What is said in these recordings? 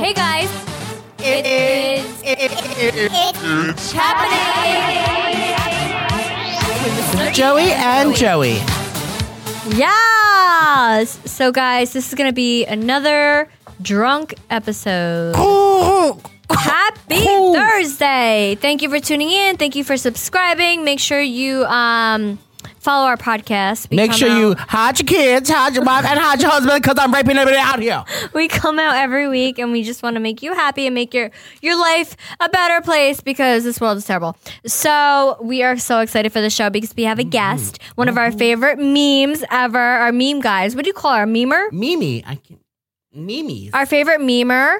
Hey guys, It is- it's happening! Joey and Joey. Yes! So, guys, this is gonna be another drunk episode. Happy Thursday! Thank you for tuning in. Thank you for subscribing. Make sure you um, follow our podcast. We Make come sure you out- hide your kids, hide your mom, and hide your husband because I'm raping everybody out here. we come out every week and we just want to make you happy and make your your life a better place because this world is terrible. So we are so excited for the show because we have a guest, one of our favorite memes ever, our meme guys. What do you call our memer? Mimi, I can. Mimi. Our favorite memer.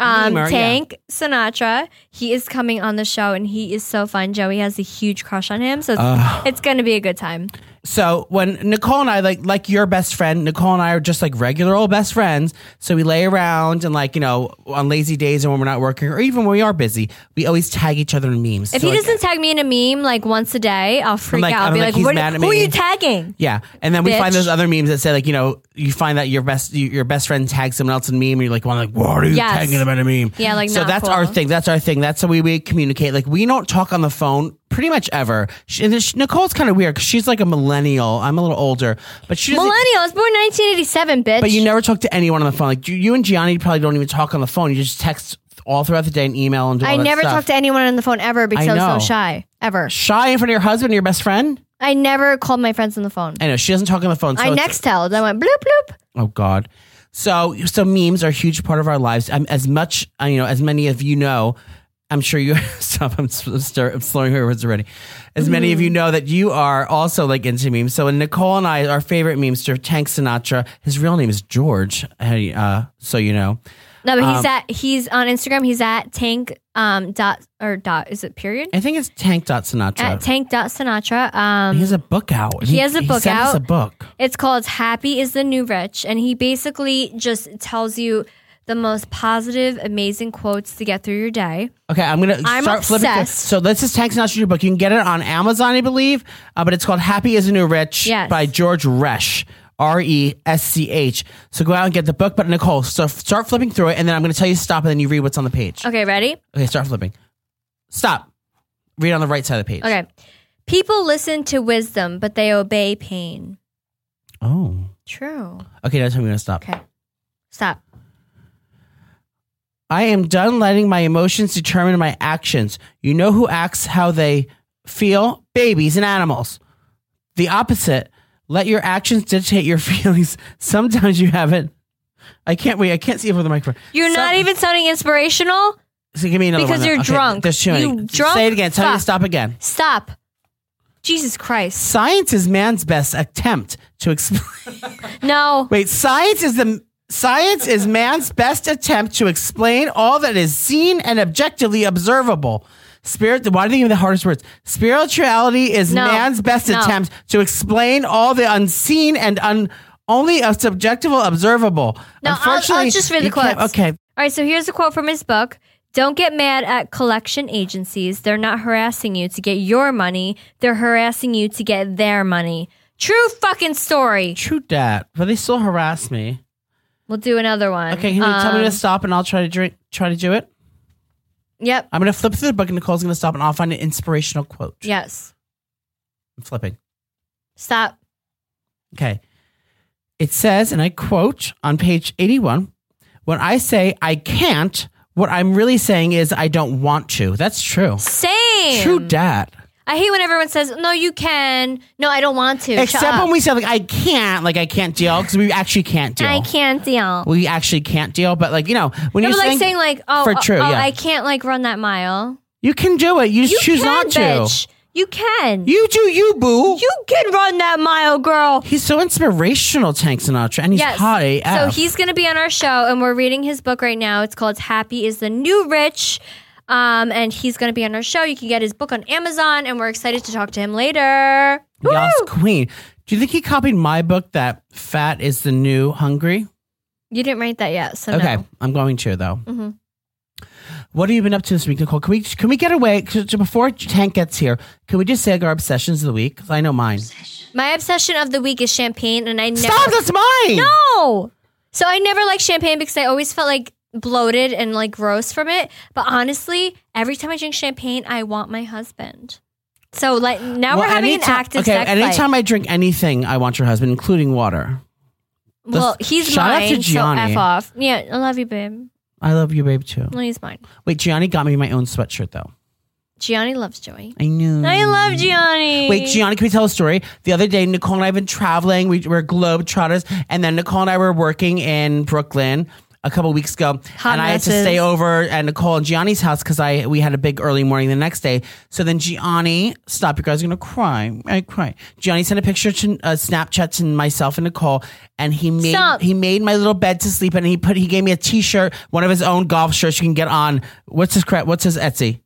Um, Memer, yeah. Tank Sinatra, he is coming on the show and he is so fun. Joey has a huge crush on him, so it's, it's going to be a good time. So when Nicole and I like like your best friend, Nicole and I are just like regular old best friends. So we lay around and like you know on lazy days and when we're not working or even when we are busy, we always tag each other in memes. If So, he like, doesn't tag me in a meme like once a day, I'll freak like- out. I'll I'm be like, like, he's what, mad at who are me. you tagging? Yeah, and then we Bitch. find those other memes that say like you know you find that your best your best friend tags someone else in a meme and you're like, well, like what are you Yes. tagging them in a meme? Yeah, like, so not that's cool. our thing. That's our thing. That's how we, we communicate. Like we don't talk on the phone pretty much ever. She, and then she- Nicole's kind of weird because she's like a millennial. I'm a little older, but she doesn't. Millennial. I was born 1987, bitch. but you never talk to anyone on the phone. Like you, you and Gianni probably don't even talk on the phone. You just text all throughout the day and email and do all I that never stuff. talked to anyone on the phone ever because I, know. was so shy. Ever. shy in front of your husband, or your best friend. I never called my friends on the phone. I know she doesn't talk on the phone. So I it's- Nextel. I went bloop bloop. Oh God. So so memes are a huge part of our lives. Um, as much uh, you know, as many of you know, I'm sure you stop. I'm, s- I'm stir, I'm slurring her words already. As many of you Mm-hmm. know that you are also like into memes. So when Nicole and I, our favorite memester, Tank Sinatra. His real name is George. Hey, uh, so you know. No, but Um, he's at he's on Instagram. He's at tank um dot or dot is it period I think it's Tank dot Sinatra. Mm-hmm. at tank dot Sinatra. he Um, has a book out. He, has a he book sent us out. a book. it's called Happy Is the New Rich, and he basically just tells you the most positive, amazing quotes to get through your day. Okay, I'm gonna I'm start flipping. through. obsessed. So this is Tank Sinatra's new book. You can get it on Amazon, I believe, uh, but it's called "Happy Is a New Rich" Yes. by George Resch, R E S C H. So go out and get the book. But Nicole, so f- start flipping through it, and then I'm gonna tell you to stop, and then you read what's on the page. Okay, Okay, ready? start flipping. Stop. Read on the right side of the page. Okay. People listen to wisdom, but they obey pain. Oh. True. Okay, now tell me when to stop. Okay. Stop. I am done letting my emotions determine my actions. You know who acts how they feel? Babies and animals. The opposite. Let your actions dictate your feelings. Sometimes you haven't. I can't wait. I can't see over the microphone. You're Some- not even sounding inspirational. So give me another because one. you're drunk. There's too many. You drunk Say it again. Tell me fuck. to stop again. Stop. Jesus Christ. Science is man's best attempt to explain. No. Wait, science is the science is man's best attempt to explain all that is seen and objectively observable. Spirit. Why do they give me the hardest words? Spirituality is No. man's best No. attempt to explain all the unseen and un, only a subjective observable. No, I'll- I'll just read the you can't- quotes. Okay. All right, so here's a quote from his book. Don't get mad at collection agencies. They're not harassing you to get your money. They're harassing you to get their money. True fucking story. True dat, but they still harass me. We'll do another one. Okay, can you tell me Um, to stop and I'll try to drink, try to do it? Yep. I'm gonna flip through the book and Nicole's gonna stop and I'll find an inspirational quote. Yes. I'm flipping. Stop. Okay. It says, and I quote on page 81 when I say I can't, what I'm really saying is I don't want to. That's true. Same. True dat. I hate when everyone says, "No, you can." No, I don't want to. Shut Except up. when we say, like, I can't, like, I can't deal, because we actually can't deal. I can't deal. We actually can't deal, but, like, you know, when No, you're but like saying, saying like, "Oh, for oh, true, oh, yeah. I can't like run that mile." you can do it, you, You just choose can, not to. bitch. You can. You do you, boo. You can run that mile, girl. he's so inspirational, Tank Sinatra, and he's Yes. hot AF. So he's going to be on our show, and we're reading his book right now. It's called "Happy Is the New Rich," um, and he's going to be on our show. You can get his book on Amazon, and we're excited to talk to him later. Yas Woo! Queen. Do you think he copied my book that fat is the new hungry? You didn't write that yet, so Okay, no. Mm-hmm. I'm going to though. What have you been up to this week, Nicole? Can we can we get away 'cause before Tank gets here? Can we just say our obsessions of the week? 'Cause I know mine. My obsession of the week is champagne, and I never Stop! That's mine. No. So I never liked champagne because I always felt like bloated and like gross from it. But honestly, every time I drink champagne, I want my husband. So like now we're Well, having anytime- an active okay, sex anytime life. I drink anything, I want your husband, including water. well, he's Shout out to mine. Gianni. So f off. Yeah, I love you, babe. I love you, babe, too. No, he's mine. Wait, Gianni got me my own sweatshirt though. Gianni loves Joey. I knew. I love Gianni. Mm. Wait, Gianni, can we tell a story? The other day, Nicole and I have been traveling. We were globetrotters, and then Nicole and I were working in Brooklyn a couple weeks ago, Hot and I had to messes. stay over at Nicole and Gianni's house because I we had a big early morning the next day. So then Gianni, stop! You guys are gonna cry. I cry. Gianni sent a picture to uh, Snapchat to myself and Nicole, and he made Stop. he made my little bed to sleep, in, and he put he gave me a t shirt, one of his own golf shirts you can get on. What's his cra- What's his Etsy?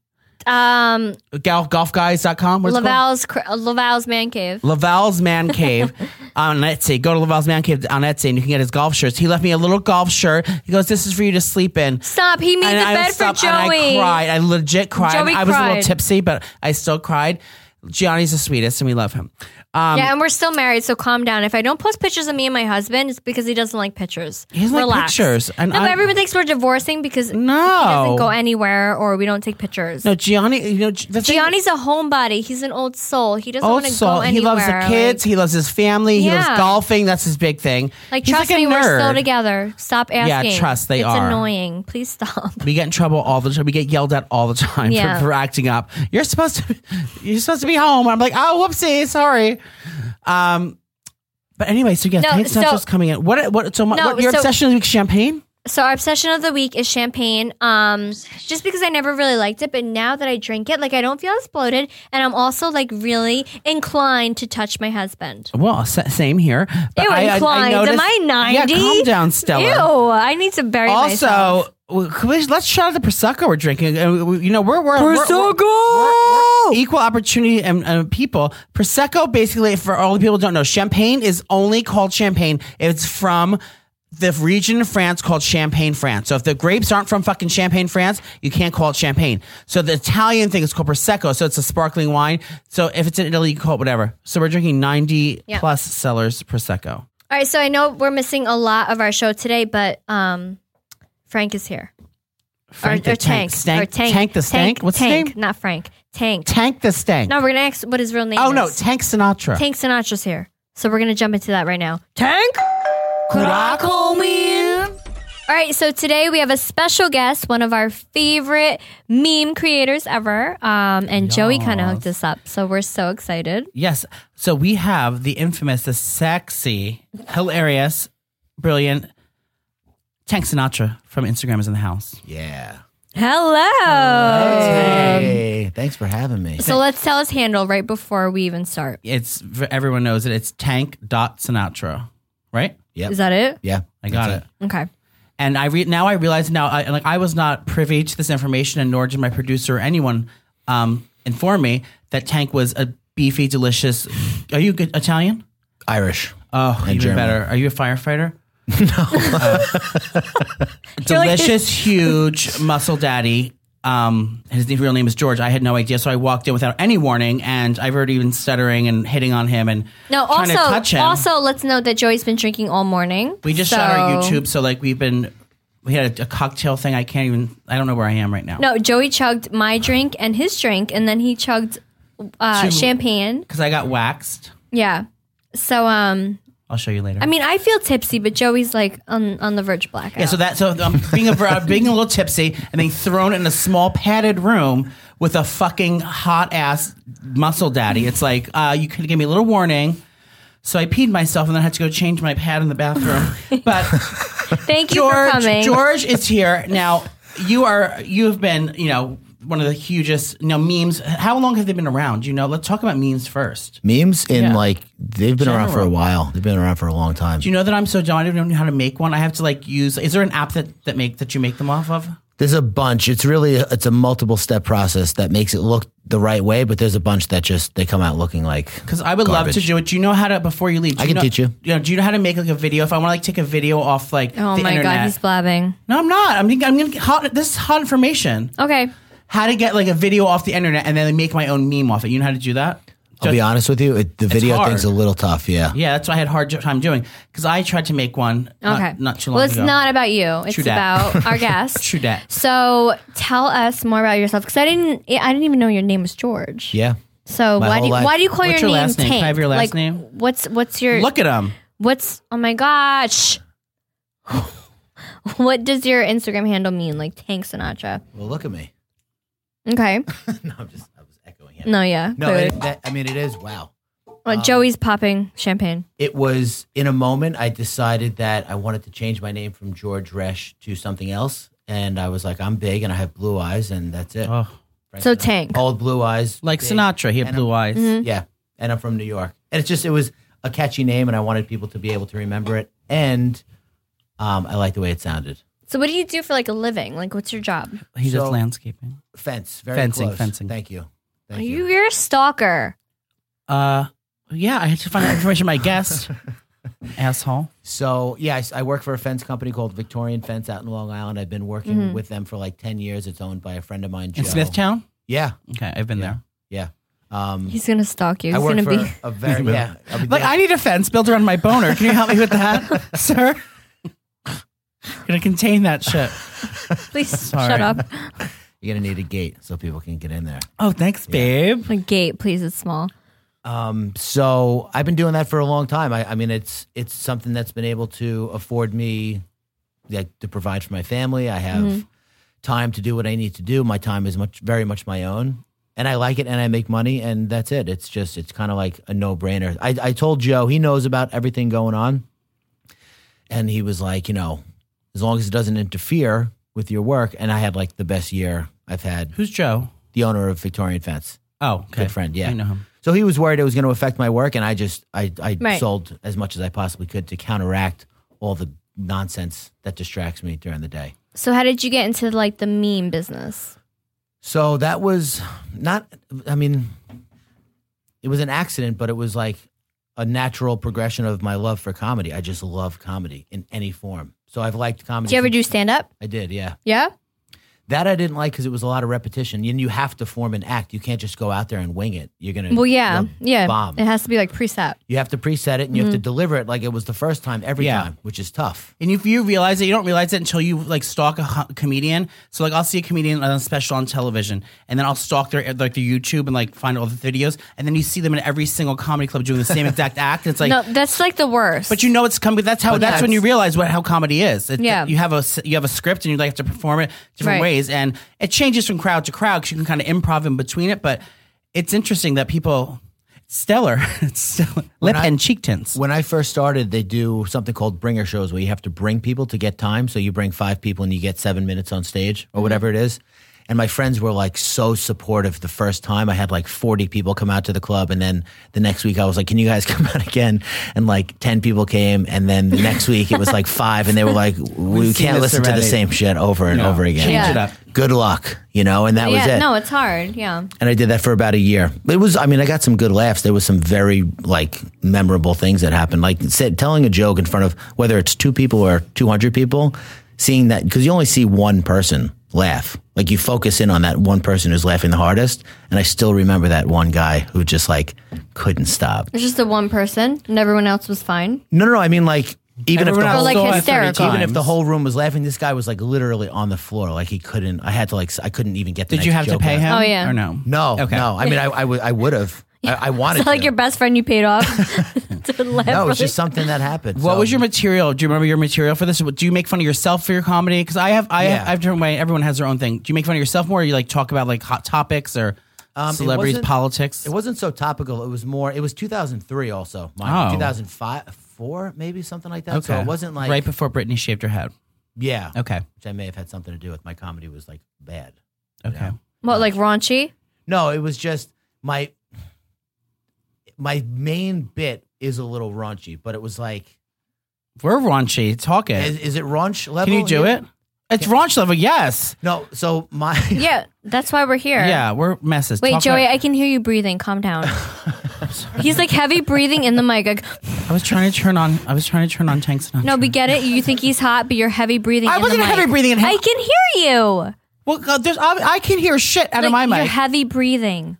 Um, Golf golfguys.com. What's it called? Laval's cr- Laval's man cave. Laval's Man Cave on Etsy. Go to Laval's Man Cave on Etsy and you can get his golf shirts. He left me a little golf shirt. He goes, This is for you to sleep in. Stop. He made and the I bed for stopped- Joey. and I cried. I legit cried. Joey I was a little cried. tipsy, but I still cried. Gianni's the sweetest and we love him. Um, Yeah, and we're still married, so calm down. If I don't post pictures of me and my husband, it's because he doesn't like pictures. He doesn't like Relax. pictures, and no, but I'm- everyone thinks we're divorcing because he no. doesn't go anywhere or we don't take pictures. no, Gianni, you know, the thing- Gianni's a homebody. He's an old soul. He doesn't want to old soul. go anywhere. He loves the kids. he loves his family. He Yeah. loves golfing. That's his big thing. Like, like He's trust like a me, we're still nerd. together. Stop asking. trust, they it's are. annoying. Please stop. We get in trouble all the time. We get yelled at all the time Yeah. for, for acting up. You're supposed to, you're supposed to be home. I'm like, oh, whoopsie, sorry. Um, but anyway, so yeah, No, thanks so- not just coming in. What? What? So my, No, what, your so- obsession is with champagne. So our obsession of the week is champagne. Um, just because I never really liked it, but now that I drink it, like I don't feel as bloated, and I'm also like really inclined to touch my husband. Well, s- same here. But Ew, I- I- I inclined. Am noticed- I 90? Yeah, calm down, Ew! Stella. I need to bury myself. Also, w- can we- let's shout out the prosecco we're drinking. And we- You know, we're we're we're- we're- good. equal opportunity and, and people. Prosecco, basically, for all the people who don't know, champagne is only called champagne. if It's from the region in France called Champagne, France. So if the grapes aren't from fucking Champagne, France, you can't call it champagne. So the Italian thing is called prosecco. So it's a sparkling wine. So if it's in Italy, you can call it whatever. So we're drinking ninety Yeah. plus cellars prosecco. All right, so I know we're missing a lot of our show today, but um, Frank is here. Frank or, or the tank. Stank. Or tank. Tank the Stank. What's his tank, name? Not Frank. Tank. Tank the Stank. No, we're gonna ask what his real name oh is. no, Tank Sinatra. Tank Sinatra's here. So we're gonna jump into that right now. Tank. Could I call in? All right, so today we have a special guest, one of our favorite meme creators ever, um, and Joey kind of hooked us up, so we're so excited. Yes. So we have the infamous, the sexy, hilarious, brilliant Tank Sinatra from Instagram is in the house. Yeah. Hello. Hey, thanks for having me. So let's tell his handle right before we even start. It's everyone knows it. It's Tank dot Sinatra, right? Yep. Is that it? yeah, I got that's it. Okay. And I re- now I realize now I, like I was not privy to this information, and nor did my producer or anyone um, inform me that Tank was a beefy, delicious. Are you good Italian? Irish. Oh, even German. better. Are you a firefighter? no. delicious, huge muscle daddy. Um, his real name is George. I had no idea, so I walked in without any warning, and I've already been stuttering and hitting on him and No. trying Also, to touch him. also, let's note that Joey's been drinking all morning. we just shot so- our YouTube, so like we've been we had a, a cocktail thing. I can't even. I don't know where I am right now. No, Joey chugged my drink and his drink, and then he chugged uh, Two. champagne. because I got waxed. Yeah. So, um, I'll show you later. I mean, I feel tipsy, but Joey's like on on the verge of blackout. Yeah, so that so I'm being a, uh, being a little tipsy and being thrown in a small padded room with a fucking hot ass muscle daddy. It's like uh, you could give me a little warning. So I peed myself and then I had to go change my pad in the bathroom. But Thank you for coming. George, George is here now. You are you have been you know one of the hugest you know memes. How long have they been around? You know, let's talk about memes first. Memes in Yeah. like they've been around for a General. while. They've been around for a long time. Do you know that I'm so dumb? I don't even know how to make one. I have to like use. Is there an app that that make that you make them off of? there's a bunch. It's really it's a multiple step process that makes it look the right way, but there's a bunch that just they come out looking like Because I would love to Garbage. do it. Do you know how to before you leave? Do I can know, teach you. know, do you know how to make like a video? If I want to like take a video off like oh the my internet. god, he's blabbing. no, I'm not. I'm I'm gonna get hot. This is hot information. Okay. How to get like a video off the internet and then make my own meme off it. You know how to do that? I'll be honest with you. It, the video hard. thing's a little tough. Yeah. Yeah, that's what I had a hard jo- time doing because I tried to make one not, Okay. not too long Well, it's ago. not about you. It's True dat. about our guest. True dat. So tell us more about yourself because I didn't. I didn't even know your name was George. Yeah. So My why whole do you, life. why do you call What's your, your name last name? Can Tank? I have your last Like, name? What's what's your Look at him. what's oh my gosh. what does your Instagram handle mean? Like Tank Sinatra. Well, look at me. Okay. no, I'm just, I was echoing him. No, yeah. No, clearly. it, that, I mean, it is. Wow. Uh, um, Joey's popping champagne. It was in a moment I decided that I wanted to change my name from George Resch to something else. And I was like, I'm big and I have blue eyes, and that's it. Oh, Frank So Sinatra. Tank. Old blue eyes. like big. Sinatra, he had And blue eyes. Mm-hmm. Yeah. And I'm from New York. And it's just, it was a catchy name, and I wanted people to be able to remember it. And um, I like the way it sounded. So what do you do for like a living? Like what's your job? He does So- landscaping. Fence, very Fencing, close. fencing. Thank you. Thank Are you. you you're a stalker. Uh, yeah, I had to find out information. My guest, asshole. So yeah, I s- I, work for a fence company called Victorian Fence out in Long Island. I've been working Mm-hmm. with them for like ten years. It's owned by a friend of mine, Joe. In Smithtown. Yeah, Okay, I've been there. yeah. Um, He's gonna stalk you. I He's work gonna for be a very yeah. I'll be Like down- I need a fence built around my boner. Can you help me with that, sir? Gonna contain that shit. please shut Sorry. up. you're gonna need a gate so people can get in there. Oh, thanks, babe. A gate, please, it's small. Um, so I've been doing that for a long time. I, I mean, it's it's something that's been able to afford me like to provide for my family. I have Mm-hmm. time to do what I need to do. My time is much very much my own, and I like it, and I make money, and that's it. It's just it's kind of like a no brainer. I, I told Joe he knows about everything going on, and he was like, you know, as long as it doesn't interfere with your work. And I had like the best year I've had. Who's Joe? The owner of Victorian Fence. Oh, okay. Good friend, yeah. I know him. So he was worried it was going to affect my work, and I just I I Right. sold as much as I possibly could to counteract all the nonsense that distracts me during the day. So how did you get into like the meme business? So that was not. I mean, it was an accident, but it was like a natural progression of my love for comedy. I just love comedy in any form. So I've liked comedy. Do you ever since- do stand up? I did, yeah. Yeah? That I didn't like because it was a lot of repetition, and you have to form an act. You can't just go out there and wing it. You're gonna Well yeah. you'll Yeah. bomb. It has to be like preset. You have to preset it and you have to Mm-hmm. deliver it like it was the first time every Yeah. time, which is tough. And if you realize it, you don't realize it until you like stalk a hu- comedian. So like, I'll see a comedian on a special on television, and then I'll stalk their like their YouTube and like find all the videos, and then you see them in every single comedy club doing the same exact act. And it's like, No, that's like the worst. but you know it's coming. That's how. that's yes. when you realize what how comedy is. It, Yeah. you have a s- you have a script, and you like have to perform it Right. different ways, and it changes from crowd to crowd because you can kind of improv in between it. But it's interesting that people. Stellar, it's stellar. lip and cheek tints. When I first started, they do something called bringer shows where you have to bring people to get time. So you bring five people and you get seven minutes on stage Mm-hmm. or whatever it is. And my friends were like so supportive the first time. I had like 40 people come out to the club. And then the next week I was like, can you guys come out again? And like 10 people came. And then the next week it was like five. And they were like, we We've seen can't this listen to the already. same shit over and No. over again. Change it up. Good luck, you know? And that was yeah, it. no, it's hard. Yeah. and I did that for about a year. It was, I mean, I got some good laughs. There was some very like memorable things that happened. Like said, telling a joke in front of whether it's two people or two hundred people, seeing that because you only see one person laugh. Like you focus in on that one person who's laughing the hardest, and I still remember that one guy who just like couldn't stop. It's just the one person and everyone else was fine. No, no, no. I mean, like even Everyone if the else whole Or, like, saw it 30 hysterical. times. even if the whole room was laughing, this guy was like literally on the floor. Like he couldn't. I had to like. s- I couldn't even get. The Did you next have to joke pay out. him? Oh, yeah. Or no? No, Okay. no. I mean, I, I, w- I would have. I, I wanted. It's like to. your best friend you paid off to laugh. No, it was really- Oh, just something that happened. What So- was your material? Do you remember your material for this? Do you make fun of yourself for your comedy? Because I have, I Yeah. have, I have different way. Everyone has their own thing. Do you make fun of yourself more? Or you like talk about like hot topics or Um, it celebrities, wasn't- politics? It wasn't so topical. It was more. It was 2003, Oh. also. Mind you, 2005, four maybe something like that. So it wasn't like right before Britney shaved her head. yeah. Okay, Which I may have had something to do with my comedy was like bad. okay. what, like raunchy? No, it was just my my main bit is a little raunchy, but it was like We're raunchy. Talk it. is, is it raunch level? Can you do it? It's raunch level. Yes. No. So my Yeah, that's why we're here. Yeah, we're messes. Wait, Talk Joey, about- I can hear you breathing. Calm down. He's like heavy breathing in the mic. Like, I was trying to turn on. I was trying to turn on tanks. And no, we get it. You think he's hot, but you're heavy breathing. I in the wasn't mic. heavy breathing in him. I can hear you. well, God, there's. I, I can hear shit out of Like, my You're mic. heavy breathing.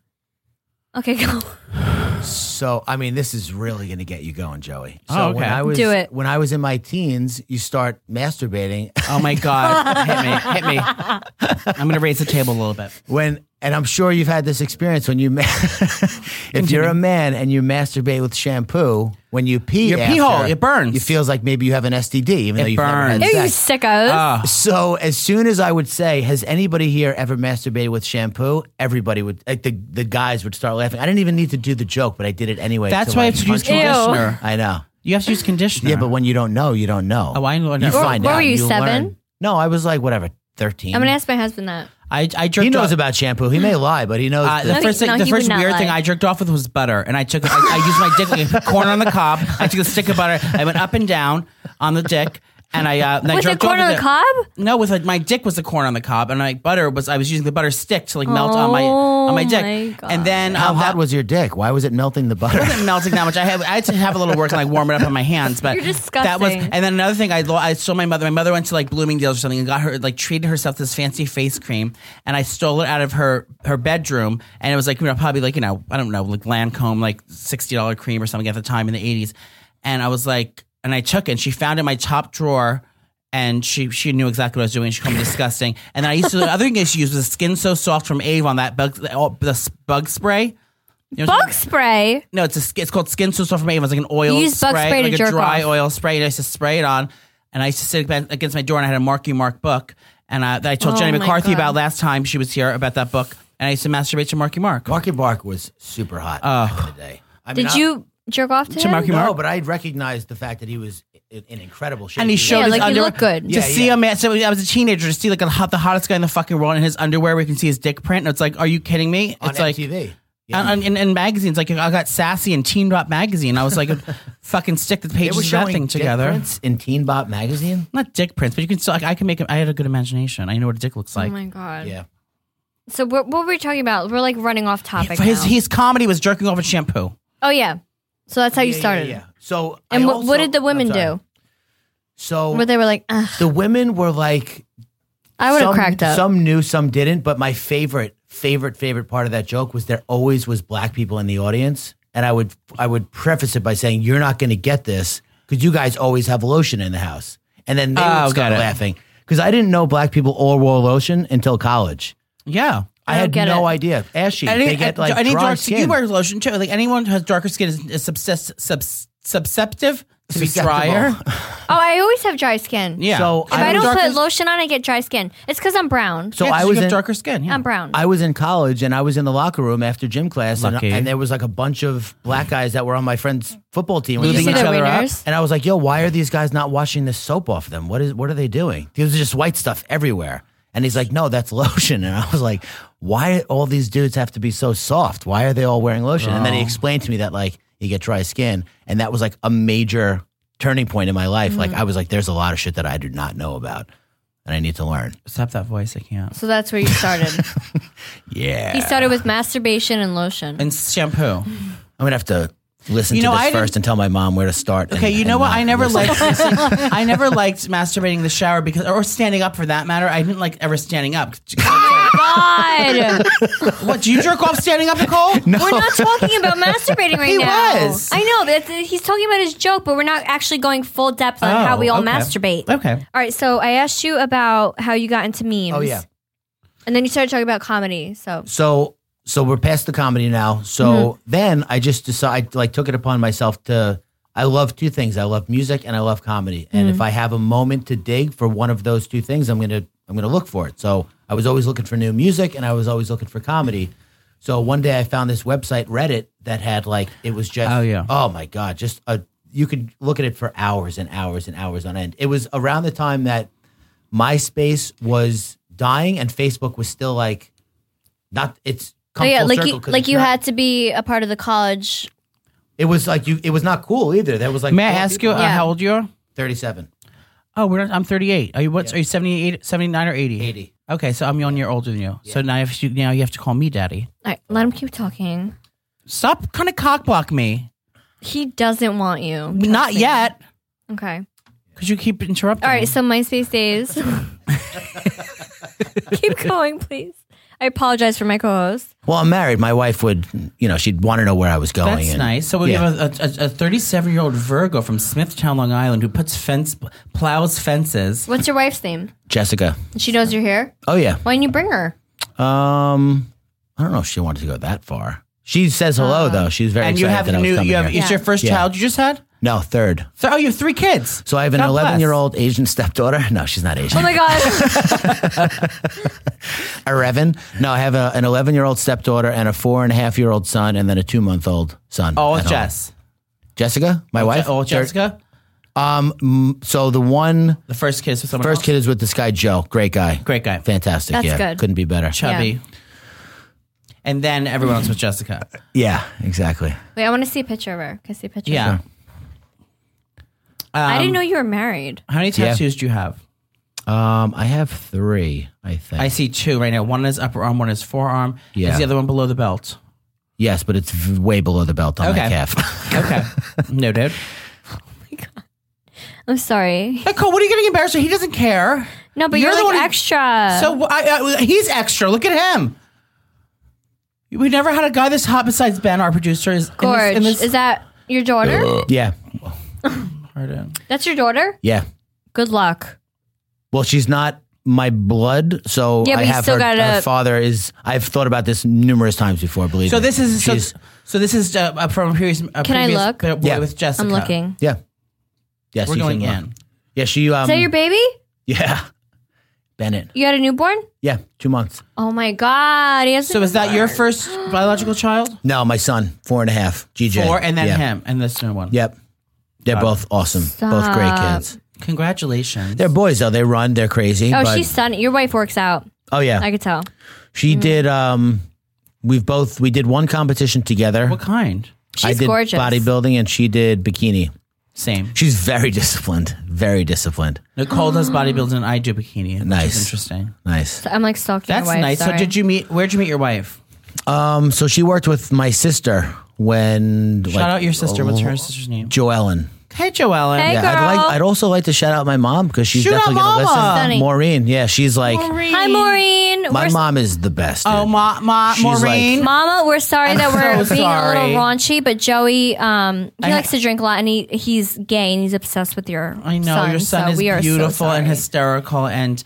Okay, go. So, I mean, this is really going to get you going, Joey. So Oh, okay. when I was Do it. when I was in my teens, you start masturbating Oh my God. hit me. Hit me. I'm going to raise the table a little bit. when and I'm sure you've had this experience when you ma- if you're a man and you masturbate with shampoo, when you pee Your pee after, hole, it burns. It feels like maybe you have an STD even It though you've never had burns. Ew, you sex. sickos. Ah. Ah. So as soon as I would say, "Has anybody here ever masturbated with shampoo?" Everybody would, like the the guys would start laughing. I didn't even need to do the joke, but I did it anyway. That's to, why I like, have to use punch you. conditioner. I know. You have to use conditioner. Yeah, but when you don't know, you don't know. Oh, I know. You What- find what out. were you, seven? learn. No, I was like whatever, thirteen. I'm gonna ask my husband that. I, I jerked He knows off- about shampoo. He may lie, but he knows. Uh, the the- he- first, thing, no, the he first would not weird thing lie. I jerked off with was butter, and I took I, I used my dick like, corn on the cob. I took a stick of butter. I went up and down on the dick, and I uh, and I With the jerked off corn on with the it. cob? No, with like my dick was the corn on the cob, and like butter was I was using the butter stick to like melt on my on my Oh dick, my and then how um, hot that was your dick? Why was it melting the butter? wasn't melting that much. I had I had to have a little work and like warm it up on my hands, but You're that was. disgusting. And then another thing, I lo- I stole my mother. My mother went to like Bloomingdale's or something and got her like treated herself to this fancy face cream, and I stole it out of her her bedroom, and it was like you know probably like you know I don't know like Lancome like sixty dollar cream or something at the time in the eighties, and I was like, and I took it. and She found it in my top drawer. And she she knew exactly what I was doing. She called me disgusting. And then I used to the other thing I used to use was the Skin So Soft from Avon that bug the, oh, the bug spray. You know, Bug spray. no, it's a, sk- it's called skin so soft from Avon. It's like an oil You use spray, bug spray to like a jerk dry off. oil spray. And I used to spray it on, and I used to sit against- against my door, and I had a Marky Mark book, and I, that I told Oh Jenny my McCarthy God. about last time she was here about that book, and I used to masturbate to Marky Mark. Marky Mark was super hot back in the day. I mean, Did I- you jerk off to, To him? Marky Mark. No, but I recognized the fact that he was in in incredible shape. and he showed Yeah, his like, you underwear. look good. To Yeah, see yeah. a man, so I was a teenager to see like a hot, the hottest guy in the fucking world in his underwear, where you can see his dick print. And it's like, are you kidding me? on it's like MTV. on, on, in, in magazines. Like I got sassy in Teen Bop magazine. I was like, fucking stick the They pages were of that showing thing dick together. prints in Teen Bop magazine. not dick prints, but you can still. Like, I can make. A, I had a good imagination. I know what a dick looks Oh like. my god. Yeah. So what, what were we talking about? We're like running off topic. For his now. his comedy was jerking off with shampoo. oh yeah. So that's how you Yeah, yeah, started. Yeah. So And I what, also- what did the women I'm sorry. do? So Where they were like, Ugh, the women were like, I would have some- cracked up. Some knew, some didn't. But my favorite, favorite, favorite part of that joke was there always was black people in the audience, and I would, I would preface it by saying, "You're not going to get this because you guys always have lotion in the house," and then they Oh, would got start it. laughing because I didn't know black people all wore lotion until college. Yeah. I, don't had get no it. idea. Ashy, they get like any dry dark skin. You wear lotion too. Like anyone who has darker skin is, is subsess, subs, susceptive to be drier. oh, I always have dry skin. Yeah. So If I'm I, don't darker- put lotion on, I get dry skin. It's because I'm brown. So Yeah, 'cause I you was have in, darker skin. Yeah. I'm brown. I was in college and I was in the locker room after gym class, and, Lucky. and there was like a bunch of black guys that were on my friend's football team. Did you Losing see each their other up. wieners? And I was like, "Yo, why are these guys not washing this soap off them? What is? What are they doing? There's just white stuff everywhere." And he's like, "No, that's lotion." And I was like, "Why all these dudes have to be so soft? Why are they all wearing lotion?" And then Oh. he explained to me that like you get dry skin, and that was like a major turning point in my life. Like Mm-hmm. I was like, "There's a lot of shit that I do not know about, and I need to learn." Stop that voice. I can't. So that's where you started. Yeah, he started with masturbation and lotion. And shampoo. I'm gonna have to listen You know, to this I didn't- first and tell my mom where to start. Okay, and- you and know what? not I never listen. liked. I never liked masturbating in the shower because, or standing up for that matter. I didn't like ever standing up. Oh God, what do you jerk off standing up, Nicole? No. we're not talking about masturbating right He now. was. I know that he's talking about his joke, but we're not actually going full depth on how Oh, we all masturbate. Okay. All right, so I asked you about how you got into memes. Oh yeah. and then you started talking about comedy. So So so we're past the comedy now. So Mm-hmm. then I just decided, like, took it upon myself to. I love two things. I love music and I love comedy. And Mm-hmm. if I have a moment to dig for one of those two things, I'm gonna I'm gonna look for it. So I was always looking for new music and I was always looking for comedy. So one day I found this website Reddit that had like it was just Oh, yeah. oh my god just a you could look at it for hours and hours and hours on end. It was around the time that MySpace was dying and Facebook was still like not it's Oh, come yeah, full like circle you 'cause like it's you not- had to be a part of the college. it was like you it was not cool either. That was like May I four ask you people- uh, Yeah. how old you are? thirty seven. Oh, we're not, I'm 38. Are you what? Are you 78, 79 or 80? 80. Okay, so I'm one year older than you. So now I have to, now you have to call me daddy. All right, let him keep talking. Stop kind of cockblock me. He doesn't want you. Not yet, Okay. because you keep interrupting. All right, me. so MySpace days. Keep going, please. I apologize for my co-host. Well, I'm married. My wife would, you know, she'd want to know where I was going. That's and- nice. So we Yeah. have a- a- a 37 year old Virgo from Smithtown, Long Island, who puts fence plows fences. What's your wife's name? Jessica. She knows you're here. Oh yeah. Why didn't you bring her? Um, I don't know if she wanted to go that far. She says hello though. She's very And you excited have that I was new. coming You have. here. It's your first Yeah. child you just had. No, third. So oh, you have three kids. So I have an God bless. 11 year old Asian stepdaughter. No, she's not Asian. Oh my gosh. Eleven? No, I have a, an 11 year old stepdaughter and a four and a half year old son, and then a two month old son. Oh, at it's home. Jess. Jessica, my wife. Oh, Third- Jessica. Um, mm, so the one The first kid with someone. first else. kid is with this guy Joe. Great guy. Great guy. Fantastic. That's yeah, good. couldn't be better. Chubby. And then everyone else was Jessica. Yeah, exactly. Wait, I want to see a picture of her. Can I see a picture? Yeah. I Um, didn't know you were married. How many Yeah. tattoos do you have? Um, I have three. I think. I see two right now. One is upper arm, one is forearm. Yeah. Is the other one below the belt? yes, but it's v- way below the belt on Okay. my calf. Okay. no, dude. I'm sorry. Hey, Cole, what are you getting embarrassed for? He doesn't care. No, but You're you're, like the one who- extra. So I, I, he's extra. Look at him. We never had a guy this hot besides Ben, our producer. Is Gorge. In this, Uh, Is that your daughter? yeah, That's your daughter? yeah. Good luck. Well, she's not my blood, so Yeah, but I you have still her, gotta- her father is. I've thought about this numerous times before. Believe so me. this is so, She's- so this is uh, from a previous. A Can I previous look? bit Yeah. With Jessica, I'm looking. yeah, yes. We're you going can look. in. Yeah, she. Um, Is that your baby? yeah, Bennett. You had a newborn? Yeah, two months. Oh my God. He has a So is that newborn. your first biological child? No, my son, four and a half. GJ. Four, and then yeah. him, and this new one. Yep. They're Uh, both awesome. Both great Stop. kids. Congratulations. They're boys though. They run. They're crazy. Oh, but- she's mm. stunning. Your wife works out. Oh yeah. I could tell. She did. Um, we've both we did one competition together. what kind? She's I did gorgeous. bodybuilding, and she did bikini. Same. She's very disciplined. Very disciplined. Nicole does bodybuilding. and I do bikini. Which Nice. is interesting. Nice. I'm like stalking That's your wife. nice. So Sorry. did you meet? Where'd you meet your wife? Um, so she worked with my sister when Shout out your sister. What's oh. her sister's name? Joellen. Hey, Joellen. Hey, I'd like. Girl. I'd also like to shout out my mom because she's Shoot out definitely going to mama. listen. Stunning. Maureen. Yeah, she's like Hi, Maureen. my we're mom is the best. Oh, dude. Ma, Ma, She's Maureen. Mama, we're sorry that we're so being a sorry. little raunchy, but Joey, um, he ha- likes to drink a lot, and he he's gay and he's obsessed with your. I know son, your son so is we are so beautiful and sorry. hysterical, and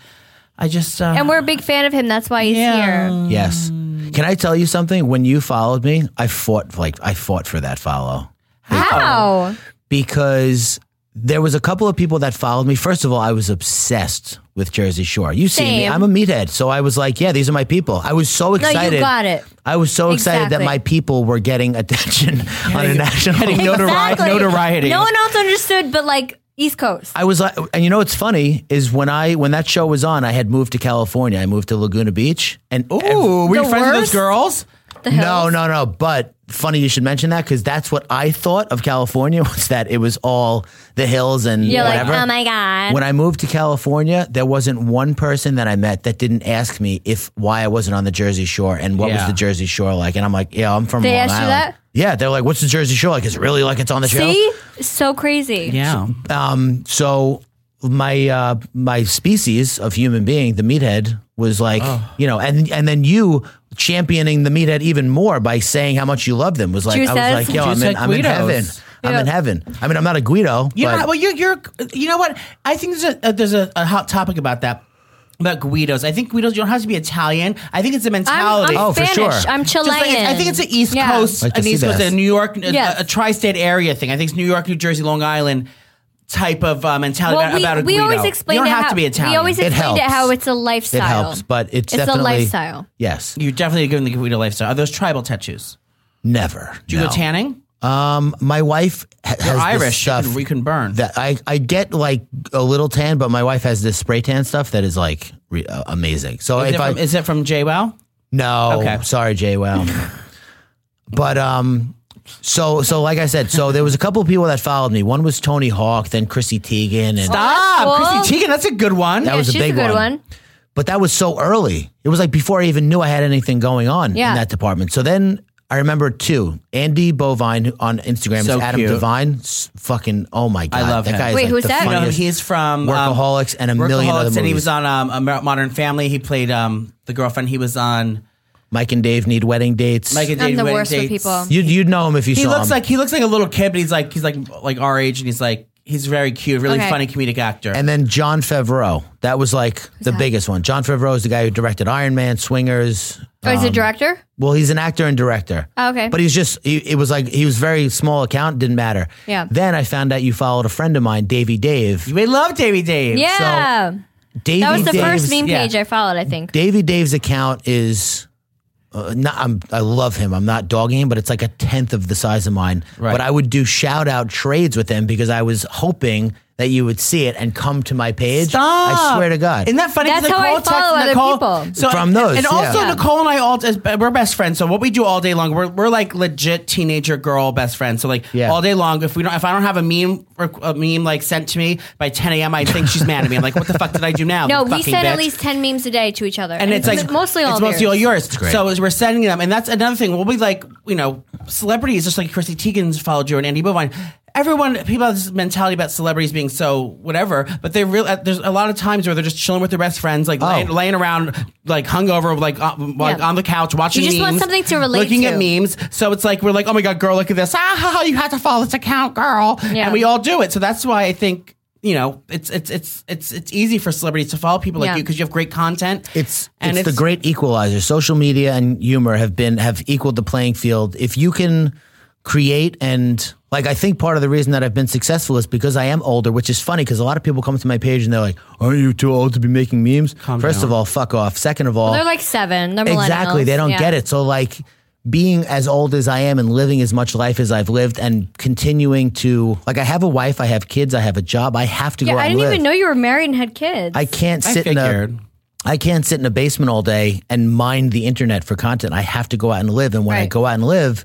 I just uh, And we're a big fan of him. That's why he's Yeah. here. Yes. Mm. Can I tell you something? When you followed me, I fought like I fought for that follow. Wow. because there was a couple of people that followed me. First of all, I was obsessed with Jersey Shore. You see me, Same. I'm a meathead, so I was like, yeah, these are my people. I was so No, excited. you got it. I was so excited that Exactly. my people were getting attention on a national notori- Exactly. notoriety. No one else understood, but like East Coast. I was like, and you know what's funny is when I when that show was on, I had moved to California. I moved to Laguna Beach, and ooh, were you The friends with those worst? girls? The No, hills. no, no. But funny you should mention that because that's what I thought of California was that it was all the hills and You're like, whatever. oh my god. when I moved to California, there wasn't one person that I met that didn't ask me if why I wasn't on the Jersey Shore and what Yeah. was the Jersey Shore like. And I'm like, yeah, I'm from They Long asked you Island. that? Yeah, they're like, what's the Jersey Shore like? Is it really like it's on the show? See, so crazy. Yeah, Um, so my uh, my species of human being, the meathead, was like, Oh. you know, and and then you championing the meathead even more by saying how much you love them was like, I was Juices. like, yo, I'm Juice in, like I'm in Guidos. heaven. I'm Yeah. in heaven. I mean, I'm not a Guido, you know, but what? well, you're, you're, you know what? I think there's a, uh, there's a, a hot topic about that about Guidos. I think Guidos you don't have to be Italian. I think it's a I'm, mentality. I'm Oh, for Spanish. sure. I'm Chilean. Just like it's- I think it's an East Yeah. Coast, Like to an see East Coast, a this. New York, a, Yes. a tri-state area thing. I think it's New York, New Jersey, Long Island type of uh, mentality Well, about, we, about a we Guido. always explain you don't it have how, to be Italian. We always It explain it helps. how it's a it lifestyle. helps. But it's, It's a definitely lifestyle. Yes, You're definitely given the Guido lifestyle. Are those tribal tattoos? never. Do you no. go tanning? Um, my wife ha- has You're this Irish. You stuff can, you can burn. that I I get like a little tan, but my wife has this spray tan stuff that is like re- uh, amazing. So is, if it I from, is it from JWoww? no, Okay. sorry, Jay. Wow, but um. So so like I said, so there was a couple of people that followed me. One was Tony Hawk, then Chrissy Teigen, and Stop, cool. Ah, Chrissy Teigen. That's a good one. that was a she's big a good one. one. but that was so early. It was like before I even knew I had anything going on Yeah. in that department. So then I remember two. Andy Bovine who- on Instagram So is Adam cute. Devine. S- Fucking oh my god, love that him. guy is Wait, like who's the that? You know, funniest he's from um, workaholics and a million other Workaholics, movies. and he was on um, Amer- Modern Family. He played um, the girlfriend. He was on Mike and Dave need wedding dates. Mike and I'm Dave the Wedding worst with Dates. people. you'd, you'd know him if you He saw looks him. like he looks like a little kid, but he's like he's like like our age, and he's like he's very cute, really Okay. funny comedic actor. and then John Favreau. That was like the that? biggest one. John Favreau is the guy who directed Iron Man, Swingers. Oh, he's a director? Well, he's an actor and director. Oh, okay. But he's just, he, it was like, he was very small account, didn't matter. Yeah. Then I found out you followed a friend of mine, Davey Dave. you may love Davey Dave. Yeah. Davey that was the Dave's, first meme yeah. page I followed, I think. Davey Dave's account is, uh, not, I'm, I love him. I'm not dogging him, but it's like a tenth of the size of mine. Right. But I would do shout out trades with him because I was hoping that you would see it and come to my page. Stop. I swear to God. Isn't that funny? 'Cause That's how I Nicole texted follow other Nicole- people. From those, and yeah. also Yeah. Nicole and I all as- we're best friends. So what we do all day long, we're, we're like legit teenager girl best friends. So like Yeah. all day long, if we don't, if I don't have a meme, or a meme like sent to me by 10 a.m., I think she's mad at me. I'm like, what the fuck did I do now? No, you we fucking send at bitch? least 10 memes a day to each other. and it's like mostly all it's mostly all yours. yours. So as we're sending them, and that's another thing. We'll be like, you know, celebrities, just like Chrissy Teigen's followed you and Andy Bovine. Everyone, people have this mentality about celebrities being so whatever, but they really there's a lot of times where they're just chilling with their best friends, like laying, laying around, like hungover, like, uh, like Yeah. on the couch watching. You just want memes, something to relate Looking at to. memes, so it's like we're like, oh my god, girl, look at this! Ah, ha, ha, you have to follow this account, girl, Yeah. and we all do it. So that's why I think you know it's it's it's it's it's easy for celebrities to follow people like Yeah. you because you have great content. It's And it's, the great equalizer. Social media and humor have been have equaled the playing field. If you can create and like I think part of the reason that I've been successful is because I am older, which is funny because a lot of people come to my page and they're like, "Are you too old to be making memes?" First of all, fuck off. Second of all, They're like seven. They're exactly, millennials. they don't Yeah. get it. So like being as old as I am and living as much life as I've lived and continuing to like I have a wife, I have kids, I have a job, I have to Yeah, go out I and didn't live. even know you were married and had kids. I can't I sit in a figured. I can't sit in a basement all day and mine the internet for content. I have to go out and live. And when I Right. go out and live,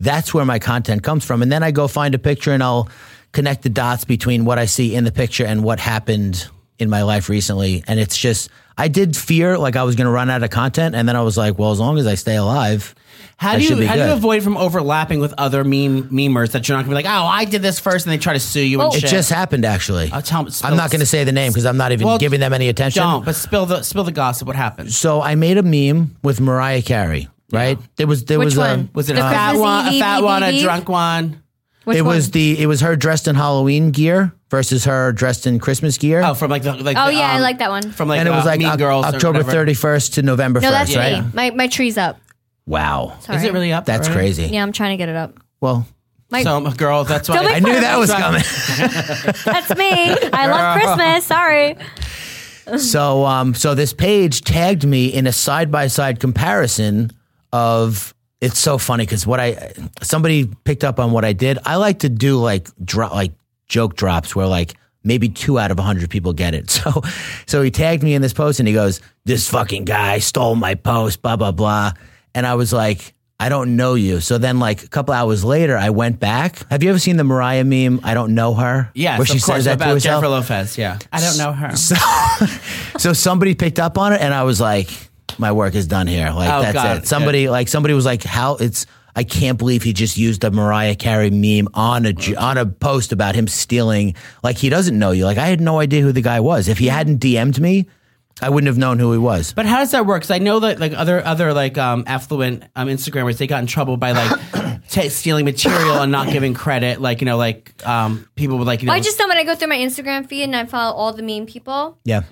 that's where my content comes from. And then I go find a picture and I'll connect the dots between what I see in the picture and what happened in my life recently. And it's just, I did fear like I was going to run out of content. And then I was like, well, as long as I stay alive, How I do should you be how do good. you avoid from overlapping with other meme memers that you're not gonna be like, oh, I did this first, and they try to sue you and Well- shit. Oh, it just happened actually. Uh, tell- I'm not going to say the name because I'm not even Well, giving them any attention. don't, but spill the spill the gossip. What happened? So I made a meme with Mariah Carey, right? There was, there Which was one? a, Was it a The fat Christmas one, a Eve, fat Eve, one, a Eve? drunk one? Which it one? was the it was her dressed in Halloween gear versus her dressed in Christmas gear. Oh, from like the like. Oh, the, yeah, I um, like that one. From like and it was uh, like Mean Oc- Girls or October whatever. 31st to November no, 1st, that's right? me. My, my tree's up. Wow. Sorry. Is it really up? That's already? crazy. Yeah, I'm trying to get it up. Well, My, So, um, girl, that's why Don't make I knew fun of that me. was Sorry. coming. That's me. I love Christmas. Sorry. so um so this page tagged me in a side-by-side comparison of it's so funny cuz what I somebody picked up on what I did. I like to do like dro- like joke drops where like maybe 2 out of a 100 people get it. So so he tagged me in this post and he goes, "This fucking guy stole my post, blah blah blah." And I was like, I don't know you. So then, like a couple hours later, I went back. Have you ever seen the Mariah meme? I don't know her. Yes, where she of course, says that to about herself. Jennifer Lopez. Yeah, I don't know her. So, so somebody picked up on it, and I was like, "My work is done here. Like Oh, that's God. it." Somebody, like somebody, was like, "How it's." I can't believe he just used a Mariah Carey meme on a j- on a post about him stealing. Like he doesn't know you. Like I had no idea who the guy was. If he hadn't DM'd me, I wouldn't have known who he was. But how does that work? Because I know that like other other like um, affluent um, Instagrammers, they got in trouble by like t- stealing material and not giving credit. Like you know, like um, people would like you know. I just know when I go through my Instagram feed and I follow all the meme people, yeah.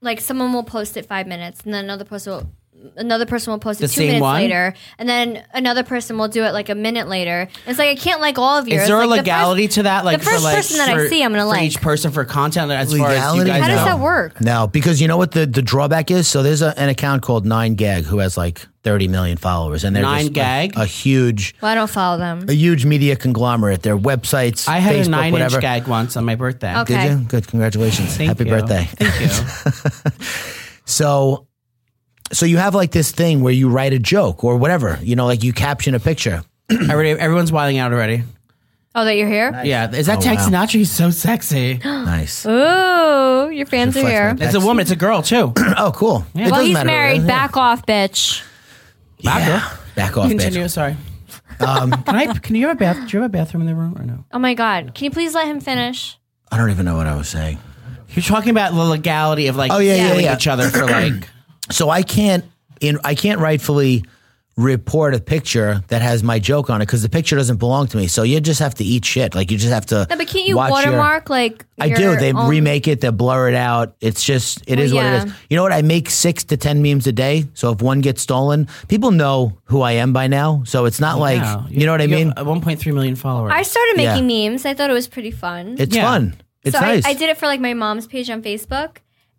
like someone will post it five minutes and then another person will another person will post it The two same minutes one? later and then another person will do it like a minute later it's like i can't like all of yours Is there a like, the legality first- to that? Like the first for like person that for, i see i'm gonna for like each person for content as far as you Legality? guys how does know. that work No, because you know what the, the drawback is? So there's a, an account called Nine Gag who has like 30 million followers, and they're 9 just a- Gag? a huge well i don't follow them a huge media conglomerate. Their websites, I had a Facebook, nine whatever. inch gag once on my birthday. Okay. Did you? Good. Congratulations. Thank Happy you. birthday. Thank you. So so you have like this thing where you write a joke or whatever, you know, like you caption a picture. I already, everyone's wilding out already. oh that you're here Yeah. Is that Oh, Jack wow. Sinatra? He's so sexy. Nice. ooh your fans are Reflects here my- It's a woman. It's a girl too. Oh, cool. It well doesn't he's matter. married Yeah. back off bitch Yeah. Back off, Continue. bitch. Sorry. Um, can I? Can you have a bath? Do you have a bathroom in the room or no? Oh my God. Can you please let him finish? I don't even know what I was saying. You're talking about the legality of like Oh, yeah, yeah, suing yeah. each other for like. So I can't in I can't rightfully report a picture that has my joke on it because the picture doesn't belong to me. So you just have to eat shit. Like you just have to. No, but can't you watch your- watermark like? I do. your They own- remake it. They blur it out. It's just it is yeah. what it is. You know what? I make six to ten memes a day. So if one gets stolen, people know who I am by now. So it's not like no, you, know what I have uh, mean. 1.3 million followers. I started Yeah. making memes. I thought it was pretty fun. It's Yeah. fun. It's so nice. I, I did it for like my mom's page on Facebook,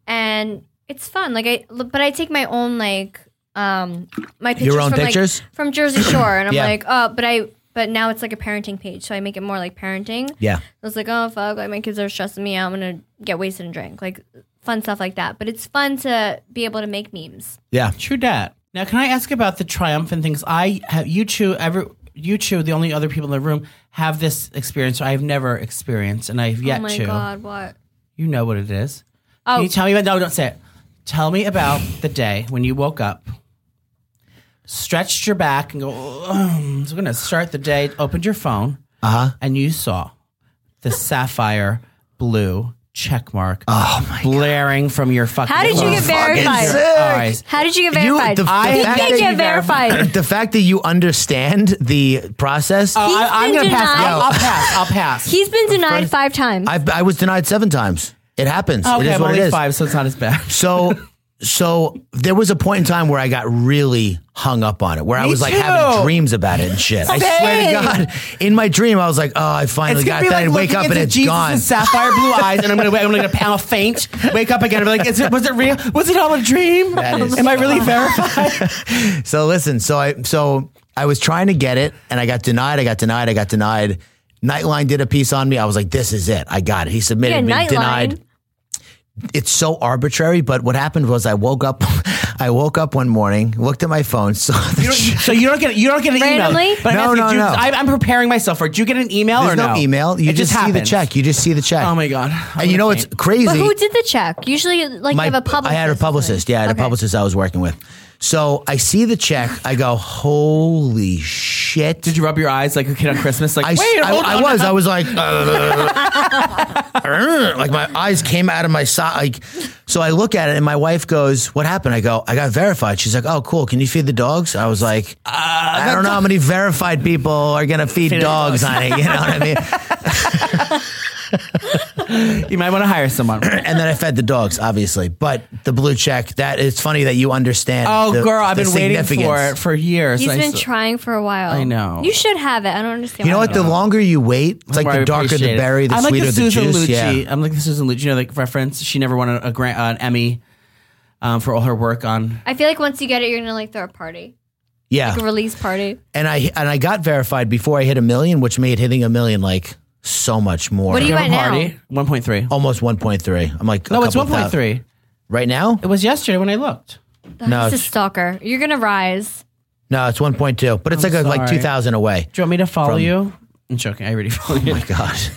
and it's fun. Like I, but I take my own like um my pictures own from pictures? like from Jersey Shore, and I'm Yeah. like, oh, but I. But now it's like a parenting page, so I make it more like parenting. Yeah. I was like, oh fuck, like my kids are stressing me out. I'm gonna get wasted and drink, like fun stuff like that. But it's fun to be able to make memes. Yeah. True dat. Now, can I ask about the triumphant things? I have you two ever. You two, the only other people in the room, have this experience. I've never experienced, and I've yet oh my to. god, what? You know what it is. Can Oh. you tell me about? No, don't say it. Tell me about the day when you woke up, stretched your back, and go. "Ugh, So I'm gonna start the day. Opened your phone, uh Uh-huh. huh, and you saw the sapphire blue check mark Oh my. blaring from your fucking. How did you get Fucking verified? sick. eyes. How did you get You- verified? the- the he fact did that get you verified- verified. The fact that you understand the process, Oh, I, I'm been gonna pass. denied. I'll, I'll pass. I'll pass. He's been denied five times. I, I was denied seven times. It happens. okay, it is I'm what it only is. five, so it's not as bad. So, so there was a point in time where I got really hung up on it, where I Me was like too. having dreams about it and shit. I swear to Same. God, in my dream, I was like, oh, I finally It's got gonna be that. like and wake looking up and into it's Jesus' gone. sapphire blue eyes, and I'm gonna, I'm gonna, I'm gonna faint. Wake up again. I'm like, is it, was it real? Was it all a dream? That is- Am I really verified? So listen, so I so I was trying to get it, and I got denied. I got denied. I got denied. Nightline did a piece on me. I was like, this is it. I got it. He submitted yeah, me. Nightline. Denied. it's so arbitrary. But what happened was I woke up, I woke up one morning, looked at my phone, saw the You don't- so you don't get you don't get an Randomly? email. But No, I'm asking, no, do you, no. I, I'm preparing myself for it. Do you get an email there's or no no? email. You It just, see the happens. check. You just see the check. Oh my god! I'm And gonna you know what's faint. crazy? But who did the check? Usually, like My- you have a publicist. I had a publicist. Yeah, I had Okay. a publicist I was working with. So I see the check. I go, holy shit. Did you rub your eyes like a kid on Christmas? Like I, s- wait, I- hold I on. was. I was like, uh, like my eyes came out of my sock. Like, so I look at it, and my wife goes, "What happened?" I go, "I got verified." She's like, "Oh, cool. Can you feed the dogs?" I was like, "I don't know how many verified people are gonna feed, Feed the dogs on it." You know what I mean? You might want to hire someone. And then I fed the dogs, obviously. But the blue check. That it's funny that you understand. Oh, the- girl, I've the been waiting for significance. it for years. He's I been s- trying for a while. I know. You should have it. I don't understand. You know why what? The longer you wait, it's like Where I the darker appreciate the it. berry, the I'm like sweeter the the, Susan juice. Lucci. Yeah. I'm like the Susan Lucci. You know, like reference. She never won a, a grant, an Emmy um, for all her work on. I feel like once you get it, you're gonna like throw a party, Yeah. a release party. and I and I got verified before I hit a million, which made hitting a million like so much more. What do you at now? One point three. Almost one point three. I'm like, a no, it's couple one point thou- three. right now. It was yesterday when I looked. No, He's a it's- stalker. You're gonna rise. No, it's one point two, but it's like a, like sorry. two thousand away. Oh Do you want me to follow you? I'm joking. I already follow you. My gosh,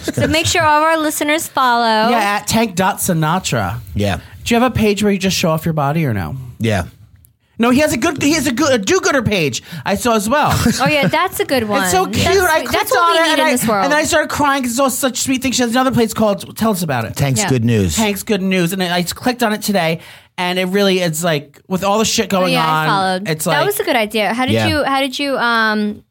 So make sure all of our listeners follow. Yeah, at Tank Dot Sinatra. yeah, Do you have a page where you just show off your body or no? yeah. No, he has a good. He has a good a do-gooder page. I saw as well. Oh yeah, that's a good one. It's so cute. That's, I clicked that's on what we it, need and in I, this world. and then I started crying because it's all such sweet thing. She has another place called. Tell us about it. Thanks, Yeah. good news. Tank's good news, and I, I clicked on it today, and it really is like with all the shit Oh, going yeah, on. I followed. It's like that was a good idea. How did Yeah. you? How did you? Um,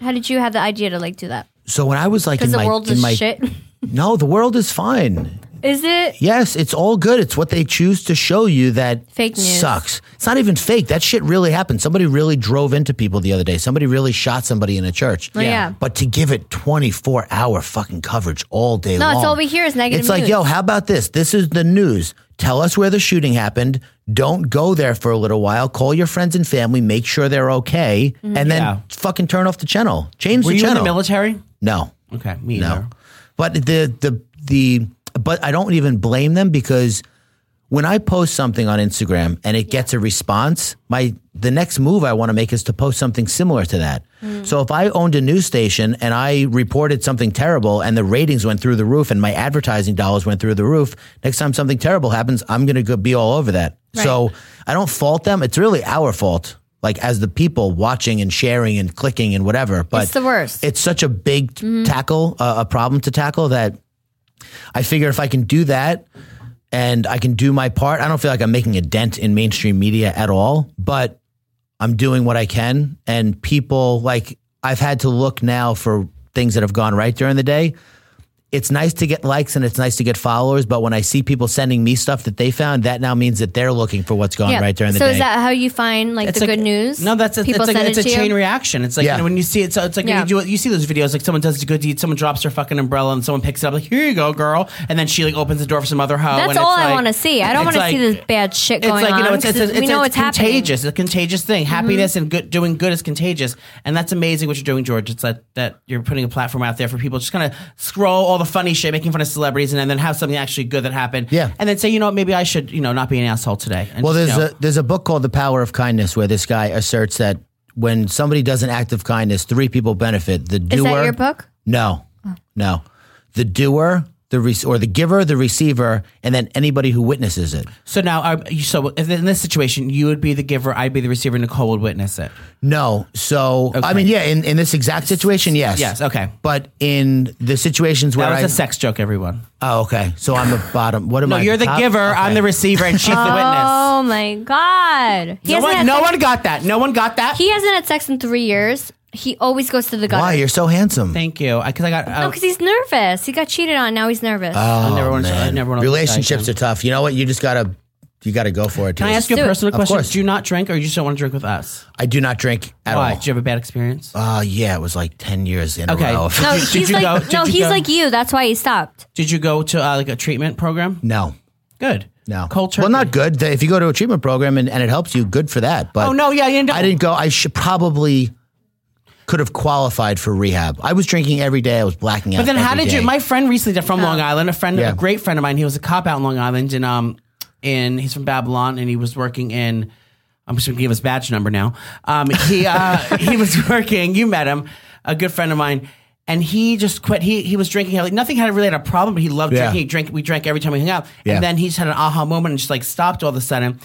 how did you have the idea to like do that? So when I was like in Because the my world in is my shit. no, the world is fine. Is it? Yes, it's all good. It's what they choose to show you that Fake news. sucks. It's not even fake. That shit really happened. Somebody really drove into people the other day. Somebody really shot somebody in a church. Oh, yeah. But to give it 24 hour fucking coverage all day No, long. it's all we hear is negative It's like, news. yo, how about this? This is the news. Tell us where the shooting happened. Don't go there for a little while. Call your friends and family. Make sure they're okay. Mm-hmm. And then Yeah. fucking turn off the channel. Change were the you channel. in the military? no. Okay, me No. either. But the the the but I don't even blame them because when I post something on Instagram and it gets a response, my the next move I want to make is to post something similar to that. So if I owned a news station and I reported something terrible and the ratings went through the roof and my advertising dollars went through the roof, next time something terrible happens, I'm going to be all over that. So I don't fault them. It's really our fault like as the people watching and sharing and clicking and whatever. But It's the worst. It's such a big t- Mm-hmm. tackle, uh, a problem to tackle that I figure if I can do that and I can do my part, I don't feel like I'm making a dent in mainstream media at all, but I'm doing what I can. And people like I've had to look now for things that have gone right during the day. It's nice to get likes and it's nice to get followers, but when I see people sending me stuff that they found, that now means that they're looking for what's gone right during the so day. is that how you find like It's the like- good news? No, that's a, it's people like send it's it a to you? chain reaction. It's like Yeah. you know, when you see it, so it's like when Yeah. you, do, you see those videos, like someone does a good deed, someone drops their fucking umbrella, and someone picks it up, like here you go, girl, and then she like opens the door for some other hoe. That's and all it's I like- want to see. I don't want it's to like- see this bad shit It's going like you know, on. it's, it's, 'cause it's, we know it's, Mm-hmm. contagious. It's a contagious thing. Happiness and good doing good is contagious, and that's amazing what you're doing, George. It's that that you're putting a platform out there for people just kind of scroll all the funny shit, making fun of celebrities, and then have something actually good that happened. Yeah. and then say, you know what, maybe I should you know not be an asshole today. And Well, just, there's you know, a there's a book called The Power of Kindness where this guy asserts that when somebody does an act of kindness, three people benefit: the doer. Is that your book? Oh. No, no, the doer, the re- or the giver, the receiver, and then anybody who witnesses it. So now, are you- so if in this situation, you would be the giver, I'd be the receiver, Nicole would witness it. No, so I Okay. mean, yeah, in, in this exact situation, yes, Yes, okay. but in the situations where That was I, a sex joke, everyone. oh, okay, so I'm the bottom. What am No, I? you're the top? giver, I'm Okay. the receiver, and she's the witness. Oh my god. He No hasn't one, had no sex- one got that. No one got that. He hasn't had sex in three years. He always goes to the gutter. Why you're so handsome? Thank you, because I, got. uh, No, because he's nervous. He got cheated on. Now he's nervous. I never want to. I never want to. Oh, Relationships are tough. You know what? You just gotta you gotta go for it. Can I dude. ask you a Do it. personal Of question? course. Do you not drink, or you just don't want to drink with us? I do not drink at Why? all. Did you have a bad experience? Uh, yeah, it was like 10 years in Okay. a row. no, did you- he's did you go- like did no, you he's go- like you. That's why he stopped. Did you go to uh, like a treatment program? No, Good. no. Cold turkey. Well, not good. If you go to a treatment program and, and it helps you, good for that. But Oh no, yeah, you I didn't go. I should probably could have qualified for rehab. I was drinking every day. I was blacking out. But then, how every did you? day. My friend recently did from Long Island. A friend, Yeah. a great friend of mine. He was a cop out in Long Island, and um, and he's from Babylon, and he was working in. I'm just gonna give his badge number now. Um, he uh, he was working. You met him, a good friend of mine, and he just quit. He he was drinking. Like nothing had really had a problem, but he loved Yeah. drinking. He drank. We drank every time we hung out, Yeah. and then he just had an aha moment and just like stopped all of a sudden.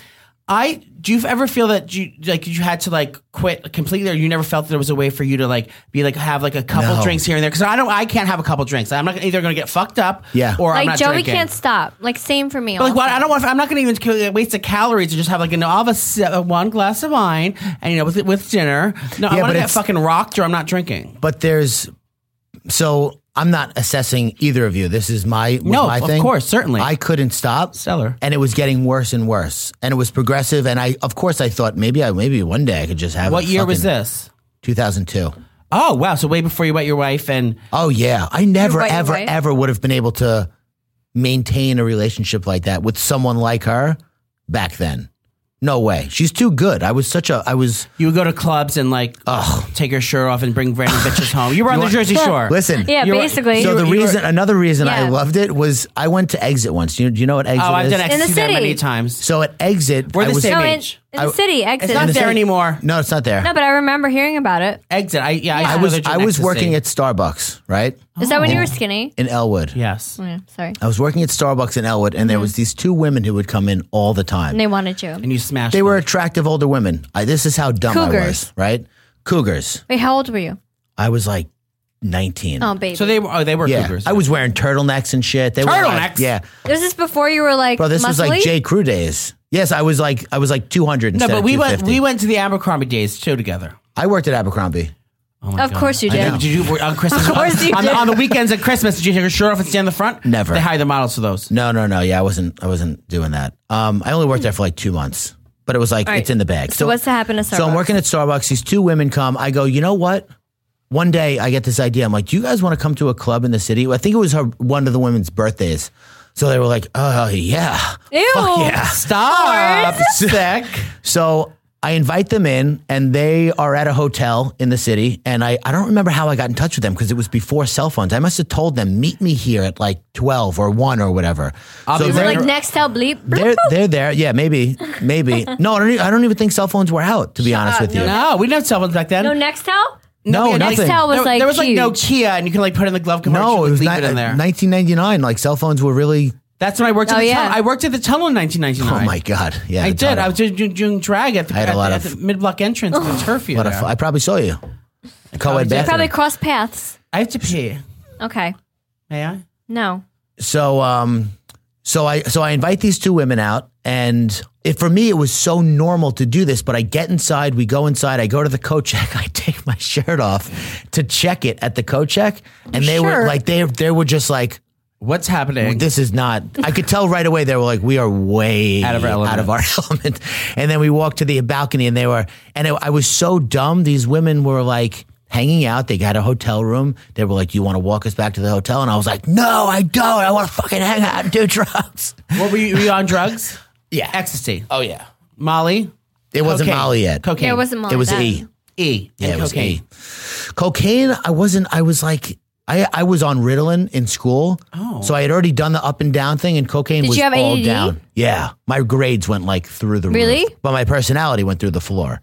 I do you ever feel that you like you had to like quit completely, or you never felt there was a way for you to like be like have like a couple No. drinks here and there? Because I don't, I can't have a couple drinks. I'm not either going to get fucked up, Yeah. or Like I'm not Joey drinking. can't stop. Like same for me. But, like, also. what, I don't want. I'm not going to even kill- waste the calories to just have like an all of a se- uh, one glass of wine and you know with with dinner. No, I Yeah, want to but get it's- fucking rocked, or I'm not drinking. But there's so I'm not assessing either of you. This is my was No, my of thing. course, certainly. I couldn't stop. Stellar. and it was getting worse and worse, and it was progressive. And I, of course, I thought maybe I maybe one day I could just have. What a year was fucking- this? 2002. Oh wow, so way before you met your wife and Oh yeah, I never right, you're ever right. ever would have been able to maintain a relationship like that with someone like her back then. No way. She's too good. I was such a I was you would go to clubs and like take your shirt off and bring random bitches home. You were on the Jersey Shore. Listen. Yeah, You're- basically. So the reason another reason I Yeah. loved it was I went to Exit once. Do you, do you know what Exit Oh, I've is? done In the ecstasy there city. many times. so at Exit We're I the was same no, in, age. in the city exit. It's not there city. anymore. No, it's not there. No, but I remember hearing about it. Exit. I yeah. Yeah. I, I used to was go there I to was ecstasy. working at Starbucks, right? Is that when you were Oh. skinny? Oh, In Elwood. yes. Yeah, sorry. I was working at Starbucks in Elwood and there was Mm-hmm. these two women who would come in all the time. And they wanted you. And you smashed. They them. were attractive older women. I, this is how dumb I Cougars. was, right? Cougars. Wait, how old were you? I was like 19. Oh, baby. So they were. Oh, they were yeah. cougars. I was wearing turtlenecks and shit. They Were like, Turtlenecks? yeah. this is before you were like Bro, this muscly? was like J. Crew days. Yes, I was like I was like 200 No, instead but of we went. 250. We went to the Abercrombie days too together. I worked at Abercrombie. Oh my Of course you I did. know. Did you were- on Christmas? Of course on, you on did. The, on the weekends at Christmas, did you take your shirt off and stand in the front? Never. They hire the models for those. No, no, no. Yeah, I wasn't I wasn't doing that. Um I only worked there for like 2 months. But it was like All right. it's in the bag. So what's to happen to Starbucks? So I'm working at Starbucks. These two women come. I go, you know what? One day I get this idea. I'm like, do you guys want to come to a club in the city? I think it was her, one of the women's birthdays. So they were like, oh, yeah. Ew. Fuck yeah. Stop. Sick. So I invite them in, and they are at a hotel in the city. And I, I don't remember how I got in touch with them because it was before cell phones. I must have told them, meet me here at like 12 or 1 or whatever. so be Is it they're- like Nextel bleep? they're, they're there. Yeah, maybe. Maybe. No, I don't, e- I don't even think cell phones were out, to be honest with you. No, we didn't have cell phones back then. no Nextel? No, we had, nothing. Nextel was, there, like, there was like no huge. Kia, and you can like put it in the glove compartment. No, it was uh, leave ni- it in there. 1999. Like cell phones were really That's when I worked. At Oh, the yeah. tunnel. I worked at the tunnel in 1999. Oh my god! Yeah, I the did. tunnel. I was doing, doing drag at the, I had a at lot the- of- Oh. at the mid block entrance in the turf What a there. fu- I probably saw you. Co-ed did. You probably bathroom. cross paths. I have to pee. Okay. May I? No. So um, so I so I invite these two women out, and it, for me it was so normal to do this. But I get inside, we go inside, I go to the coat check, I take my shirt off to check it at the coat check, and they were Sure. like they they were just like What's happening? this is not. I could tell right away they were like, we are way Out of our element. out of our element. And then we walked to the balcony, and they were, and it, I was so dumb. These women were like hanging out. They got a hotel room. They were like, "Do you want to walk us back to the hotel?" And I was like, "No, I don't. I want to fucking hang out and do drugs." what were you, were you on drugs? Yeah. Ecstasy. Oh yeah, Molly. it wasn't Cocaine. Molly yet. Cocaine. Yeah, it wasn't Molly. It was that. E. E. Yeah, and it was cocaine. E. Cocaine. I wasn't. I was like. I, I was on Ritalin in school, oh. so I had already done the up and down thing, and cocaine Did was you have all ADD? down. Yeah, my grades went like through the Really? roof, but my personality went through the floor.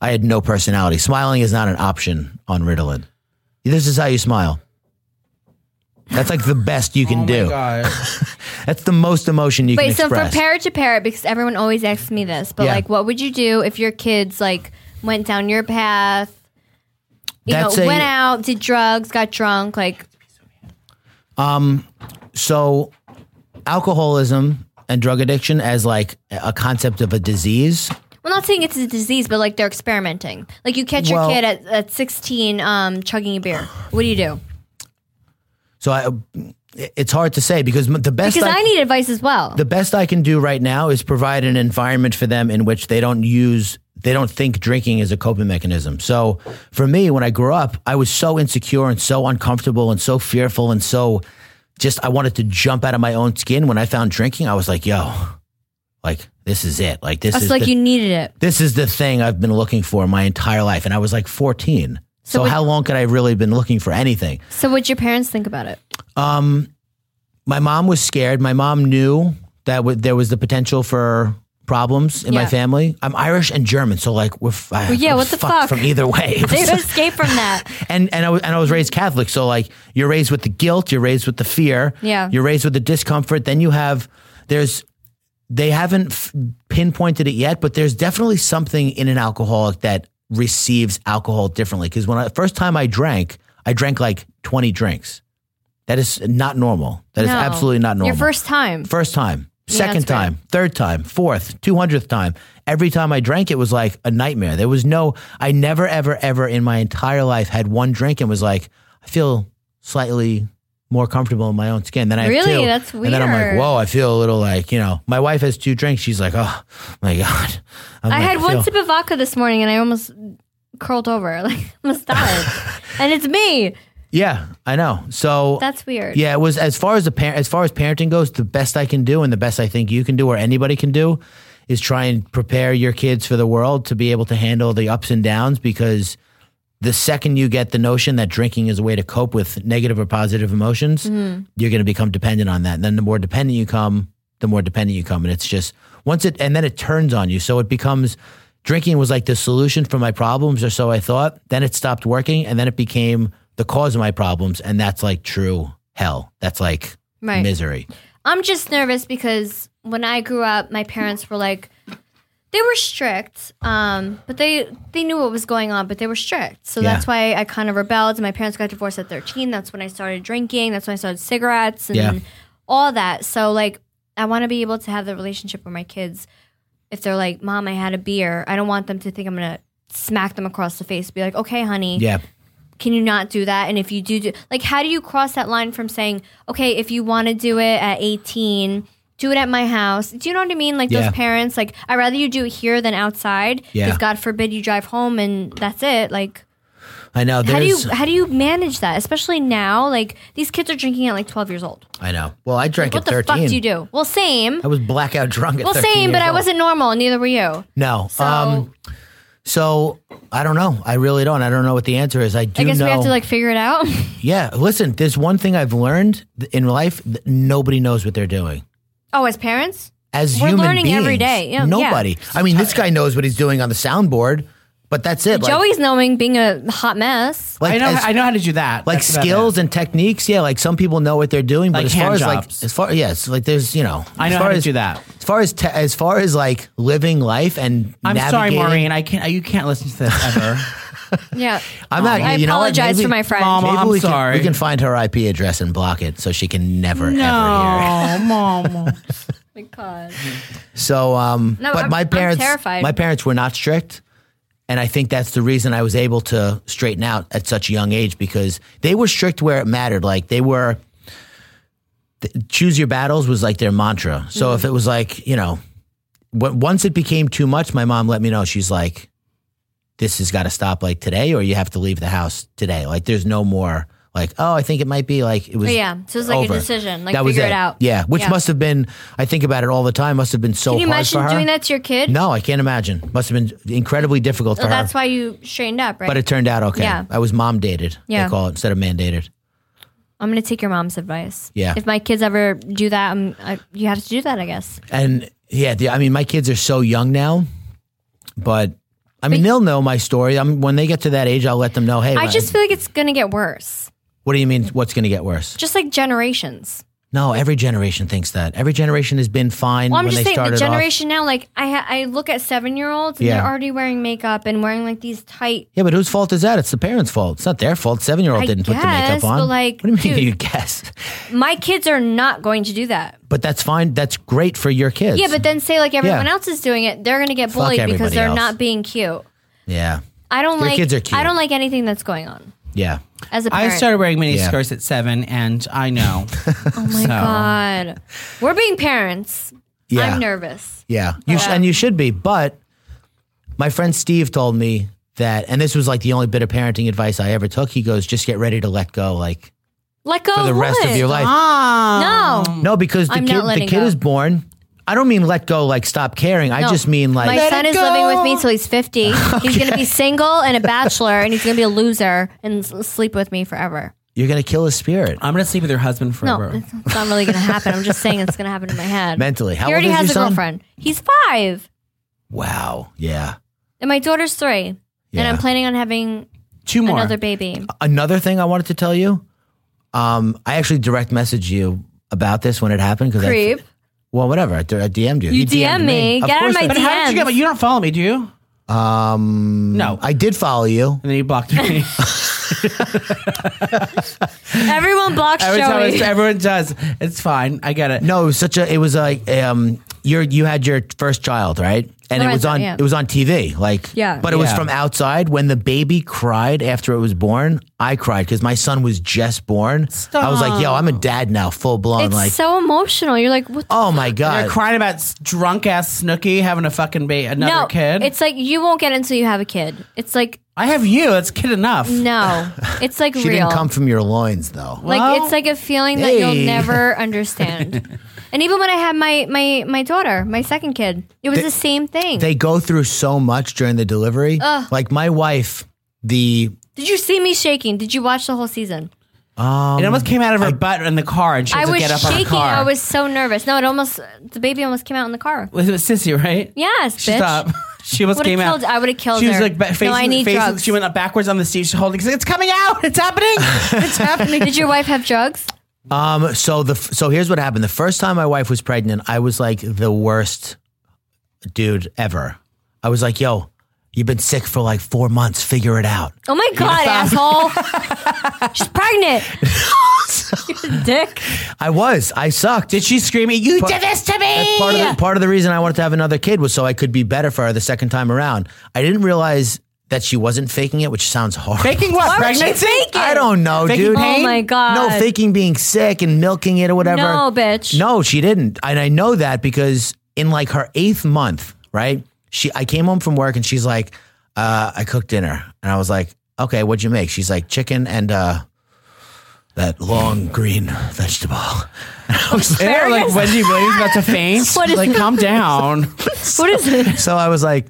I had no personality. Smiling is not an option on Ritalin. This is how you smile. That's like the best you can Oh my do. God. That's the most emotion you Wait, can so express. from parrot to parrot, because everyone always asks me this, but Yeah. like, what would you do if your kids like went down your path? You That's know, a- went out, did drugs, got drunk, like so alcoholism and drug addiction as like a concept of a disease Well, not saying it's a disease, but like they're experimenting. Like you catch your Well- kid at, at 16 um, chugging a beer. What do you do? So I, it's hard to say because the best Because I, I need advice as well. the best I can do right now is provide an environment for them in which they don't use they don't think drinking is a coping mechanism. So for me, when I grew up, I was so insecure and so uncomfortable and so fearful and so just I wanted to jump out of my own skin. When I found drinking, I was like, "Yo, like this is it. Like this It's is like the, you needed it. this is the thing I've been looking for my entire life." And I was like 14. So, So would- how long could I really been looking for anything? So, what'd your parents think about it? my mom was scared. My mom knew that w- there was the potential for problems in my Yeah. family. I'm Irish and German, so like we're f- I- yeah, I what was the fucked fuck? from either way. They escape from that. and and I was and I was raised Catholic, so like you're raised with the guilt, you're raised with the fear, Yeah. you're raised with the discomfort. Then you have there's they haven't f- pinpointed it yet, but there's definitely something in an alcoholic that receives alcohol differently. Because when I first time I drank, I drank like 20 drinks. That is not normal. That is No. absolutely not normal. Your first time. First time, Yeah, second that's right. time, third time, fourth, 200th time. Every time I drank, it was like a nightmare. There was no, I never, ever, ever in my entire life had one drink and was like, I feel slightly more comfortable in my own skin. Then I have Really? two. That's And then I'm like, weird. whoa, I feel a little like, you know, my wife has two drinks. She's like, oh my God. I'm I like, had I one feel- sip of vodka this morning and I almost curled over. Like, almost died. and it's me. Yeah, I know. So That's weird. Yeah, it was as far as the parent as far as parenting goes, the best I can do and the best I think you can do or anybody can do is try and prepare your kids for the world to be able to handle the ups and downs because the second you get the notion that drinking is a way to cope with negative or positive emotions, Mm-hmm. you're going to become dependent on that. And then the more dependent you come, the more dependent you come. And it's just once it, and then it turns on you. So it becomes drinking was like the solution for my problems, or so I thought. Then it stopped working, and then it became the cause of my problems. And that's like true hell. That's like Right. misery. I'm just nervous because when I grew up, my parents were like, they were strict, um, but they they knew what was going on, but they were strict. So Yeah. that's why I kind of rebelled. And my parents got divorced at 13. That's when I started drinking. That's when I started cigarettes and Yeah. all that. So like, I want to be able to have the relationship with my kids. If they're like, "Mom, I had a beer," I don't want them to think I'm gonna smack them across the face. Be like, "Okay, honey, Yeah. can you not do that? And if you do, do like, how do you cross that line from saying, okay, if you want to do it at 18, do it at my house? Do you know what I mean? Like, Yeah. those parents, like, I'd rather you do it here than outside. Yeah. Because God forbid you drive home and that's it. Like, I know. There's, how do you how do you manage that? Especially now, like these kids are drinking at like 12 years old. I know. Well, I drank What at the 13. fuck do you do? Well, same. I was blackout drunk at Well, 13 same, years but I old. wasn't normal. and Neither were you. No. So um, so I don't know. I really don't. I don't know what the answer is. I do I guess know. we have to like figure it out. yeah. Listen, there's one thing I've learned th- in life. Th- nobody knows what they're doing. oh, as parents, As We're human learning beings, every day. Yeah, yeah. nobody. I mean, this guy knows what he's doing on the soundboard. But that's it. Like, Joey's knowing being a hot mess. like I know. as- I know how to do that. like That's about skills and techniques. Yeah, like some people know what they're doing, but Like as far hand as jobs. like as far yes, like there's you know I as know far how to as, do that. As far as te- as far as like living life and it. I'm sorry, navigating- Maureen. I can't. You can't listen to this ever. Yeah. Oh, I'm not. I you know what, apologize maybe- for my friend. Mama, maybe I'm we sorry. Can, we can find her IP address and block it so she can never ever hear. no, mom. my God. So, um, No, but I'm- my I'm parents, terrified. my parents were not strict, and I think that's the reason I was able to straighten out at such a young age because they were strict where it mattered. Like they were, th- choose your battles was like their mantra. So Mm. if it was like you know, w- once it became too much, my mom let me know. She's like, "This has got to stop, like today, or you have to leave the house today. Like there's no more." Like, oh, I think it might be like it was. But yeah. So it's like over. a decision. Like that was figure it. out. Yeah, which Yeah. must have been. I think about it all the time. Must have been so Can you hard for imagine her. doing that to your kid? No, I can't imagine. Must have been incredibly difficult So for her. that's why you straightened up, right? but it turned out okay. Yeah. I was mom dated. Yeah. They call it instead of mandated. I'm gonna take your mom's advice. Yeah. If my kids ever do that, I'm, I, you have to do that, I guess. And yeah, the, I mean, my kids are so young now, but I mean, they'll know my story. I'm, when they get to that age, I'll let them know. Hey, I my- just feel like it's gonna get worse. what do you mean? What's going to get worse? Just like generations. No, every generation thinks that. Every generation has been fine Well, I'm when just saying they the started off. generation now. Like I, ha- I look at seven year olds and Yeah. they're already wearing makeup and wearing like these tight. Yeah, but whose fault is that? It's the parents' fault. It's not their fault. Seven year old I didn't put the guess, makeup on. but, like, what do you mean? dude. You guess? My kids are not going to do that. But that's fine. That's great for your kids. Yeah, but then say like everyone else is doing it, they're gonna get Fuck bullied because everybody they're else. not being cute. yeah, I don't Your like. kids are cute. I don't like anything that's going on yeah. as a I parent. started wearing mini Yeah. skirts at seven, and I know. Um, oh my god, we're being parents. Yeah. I'm nervous. Yeah, you uh, sh- and you should be. But my friend Steve told me that, and this was like the only bit of parenting advice I ever took. He goes, "Just get ready to let go, like Let go for the of rest of Oh, what? your life." Oh No, No, because the I'm not kid, the letting kid go. is born. I don't mean let go, like stop caring. I No. just mean like my son it is living with me go. till he's 50. He's going to be single and a bachelor, and he's going to be a loser and s- sleep with me forever. you're gonna kill his spirit I'm gonna sleep with your husband No, uh, forever. it's it's not really going to happen. I'm just saying it's going to happen in my head. mentally. How he old already is has your a son? girlfriend. He's five, Wow. Yeah. and my daughter's three. And Yeah. I'm planning on having Two more. another baby. Another thing I wanted to tell you, um, I actually direct messaged you about this when it happened because Creep. Well, whatever. I, d- I DM'd you. You DM me. Get out of course my I but did. how did you get? DMs. But you don't follow me, do you? Um. No. Um, I did follow you. and then you blocked me. Everyone blocks Every time Joey. it's- everyone does. It's fine. I get it. No, it was such a. It was like um, your you had your first child, right? And it was Lorenzo, on yeah. it was on TV, like Yeah. But it was Yeah. from outside. When the baby cried after it was born, I cried because my son was just born. I was like, "Yo, I'm a dad now, full blown." it's Like, so emotional. You're like, what? The oh my They're god, crying about drunk ass Snooky having a fucking ba- another no, kid. it's like you won't get it until you have a kid. It's like I have you. It's kid enough. Mm. no, it's like she real. didn't come from your loins though. Like Well, it's like a feeling that hey. you'll never understand. and even when I had my my my daughter, my second kid, it was the same thing. They go through so much during the delivery. Like my wife, the Did you see me shaking? Did you watch the whole season? it almost came out of her butt in the car, and she I had to was get up on the shaking. car. I was so nervous. No, it almost the baby almost came out in the car. Was it Sissy, right? Yes, She bitch. stopped. She almost Would've came killed- out. I would've killed She was her. like ba- No, facing, I need facing- drugs. She went up backwards on the seat, she's holding. she's like, It's coming out. It's happening. It's happening. Did your wife have drugs? Um. So the f- so here's what happened. The first time my wife was pregnant, I was like the worst dude ever. I was like, "Yo, you've been sick for like four months. Figure it out." Oh my god, asshole! She's pregnant. You're a dick. I was. I sucked. Did she scream? You did this to me. part of the, part of the reason I wanted to have another kid was so I could be better for her the second time around. I didn't realize that she wasn't faking it, which sounds horrible. Faking what? Why would she Pregnancy? fake it? I don't know, Faking dude. pain? Oh my god. No, faking being sick and milking it or whatever. No, bitch. No, she didn't. And I know that because in like her eighth month, right? She I came home from work and she's like, uh, I cooked dinner. And I was like, Okay, what'd you make? She's like, chicken and uh that long green vegetable. And I was like- They're like Wendy Williams about to faint. What is- like, calm down. What is it? so I was like,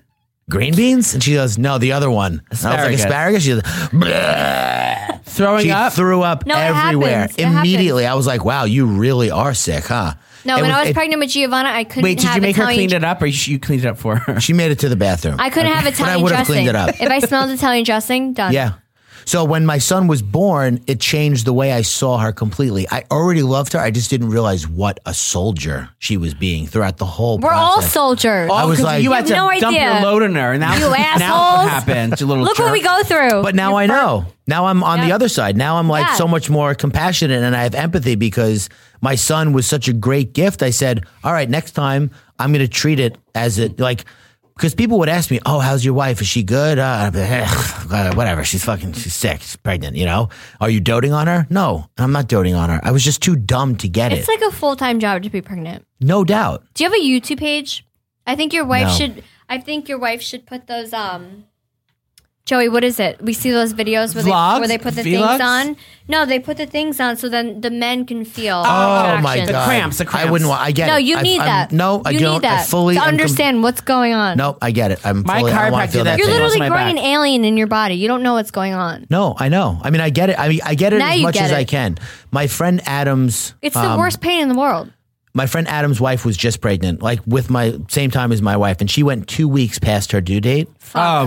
green beans? And she goes, no, the other one. And I was like, Asparagus. asparagus? She goes, "Bleh." Throwing she up. threw up No, it everywhere. happens. It Immediately, I was like, wow, you really are sick, huh? No, It when I was it- pregnant with Giovanna, I couldn't. Wait, did have you make her Italian clean it up, or you, you cleaned it up for her? She made it to the bathroom. I couldn't have But I Italian would have dressing. cleaned it up. If I smelled Italian dressing, done. Yeah. So when my son was born, it changed the way I saw her completely. I already loved her. I just didn't realize what a soldier she was being throughout the whole We're all process. soldiers. I was Oh, 'cause like- you had You to have no dump your idea. load on her, and that You was, Now assholes. what happened? You little Look jerk. what we go through. But now I know. Now I'm on the Yeah. other side. Now I'm like Yeah. so much more compassionate and I have empathy because my son was such a great gift. I said, all right, next time I'm going to treat it as it like, because people would ask me, oh, how's your wife? Is she good? Uh, I'd be, "Eh, uh, whatever. She's fucking, she's sick. She's pregnant, you know? Are you doting on her? No, I'm not doting on her. I was just too dumb to get it's it. like a full time job to be pregnant. no doubt. Do you have a YouTube page? I think your wife No. should. I think your wife should put those. Um, Joey, what is it? We see those videos where, Vlogs? they, where they put the Vlogs? things on. No, they put the things on so then the men can feel. Oh my contractions. god! cramps, the I cramps. wouldn't want. I get No, it. you I, need I'm- that. No, I you don't. Need that I fully to I'm com- understand what's going on. no, I get it. I'm My fully. I don't want chiropractor to did feel that. that you're thing thing. was literally my growing an back. alien in your body. You don't know what's going on. No, I know. I mean, I get it. I mean, I get it Now as you much get as it. I can. My friend Adams, um, It's the worst pain in the world. my friend Adams' wife was just pregnant, like with my same time as my wife, and she went two weeks past her due date. Oh no,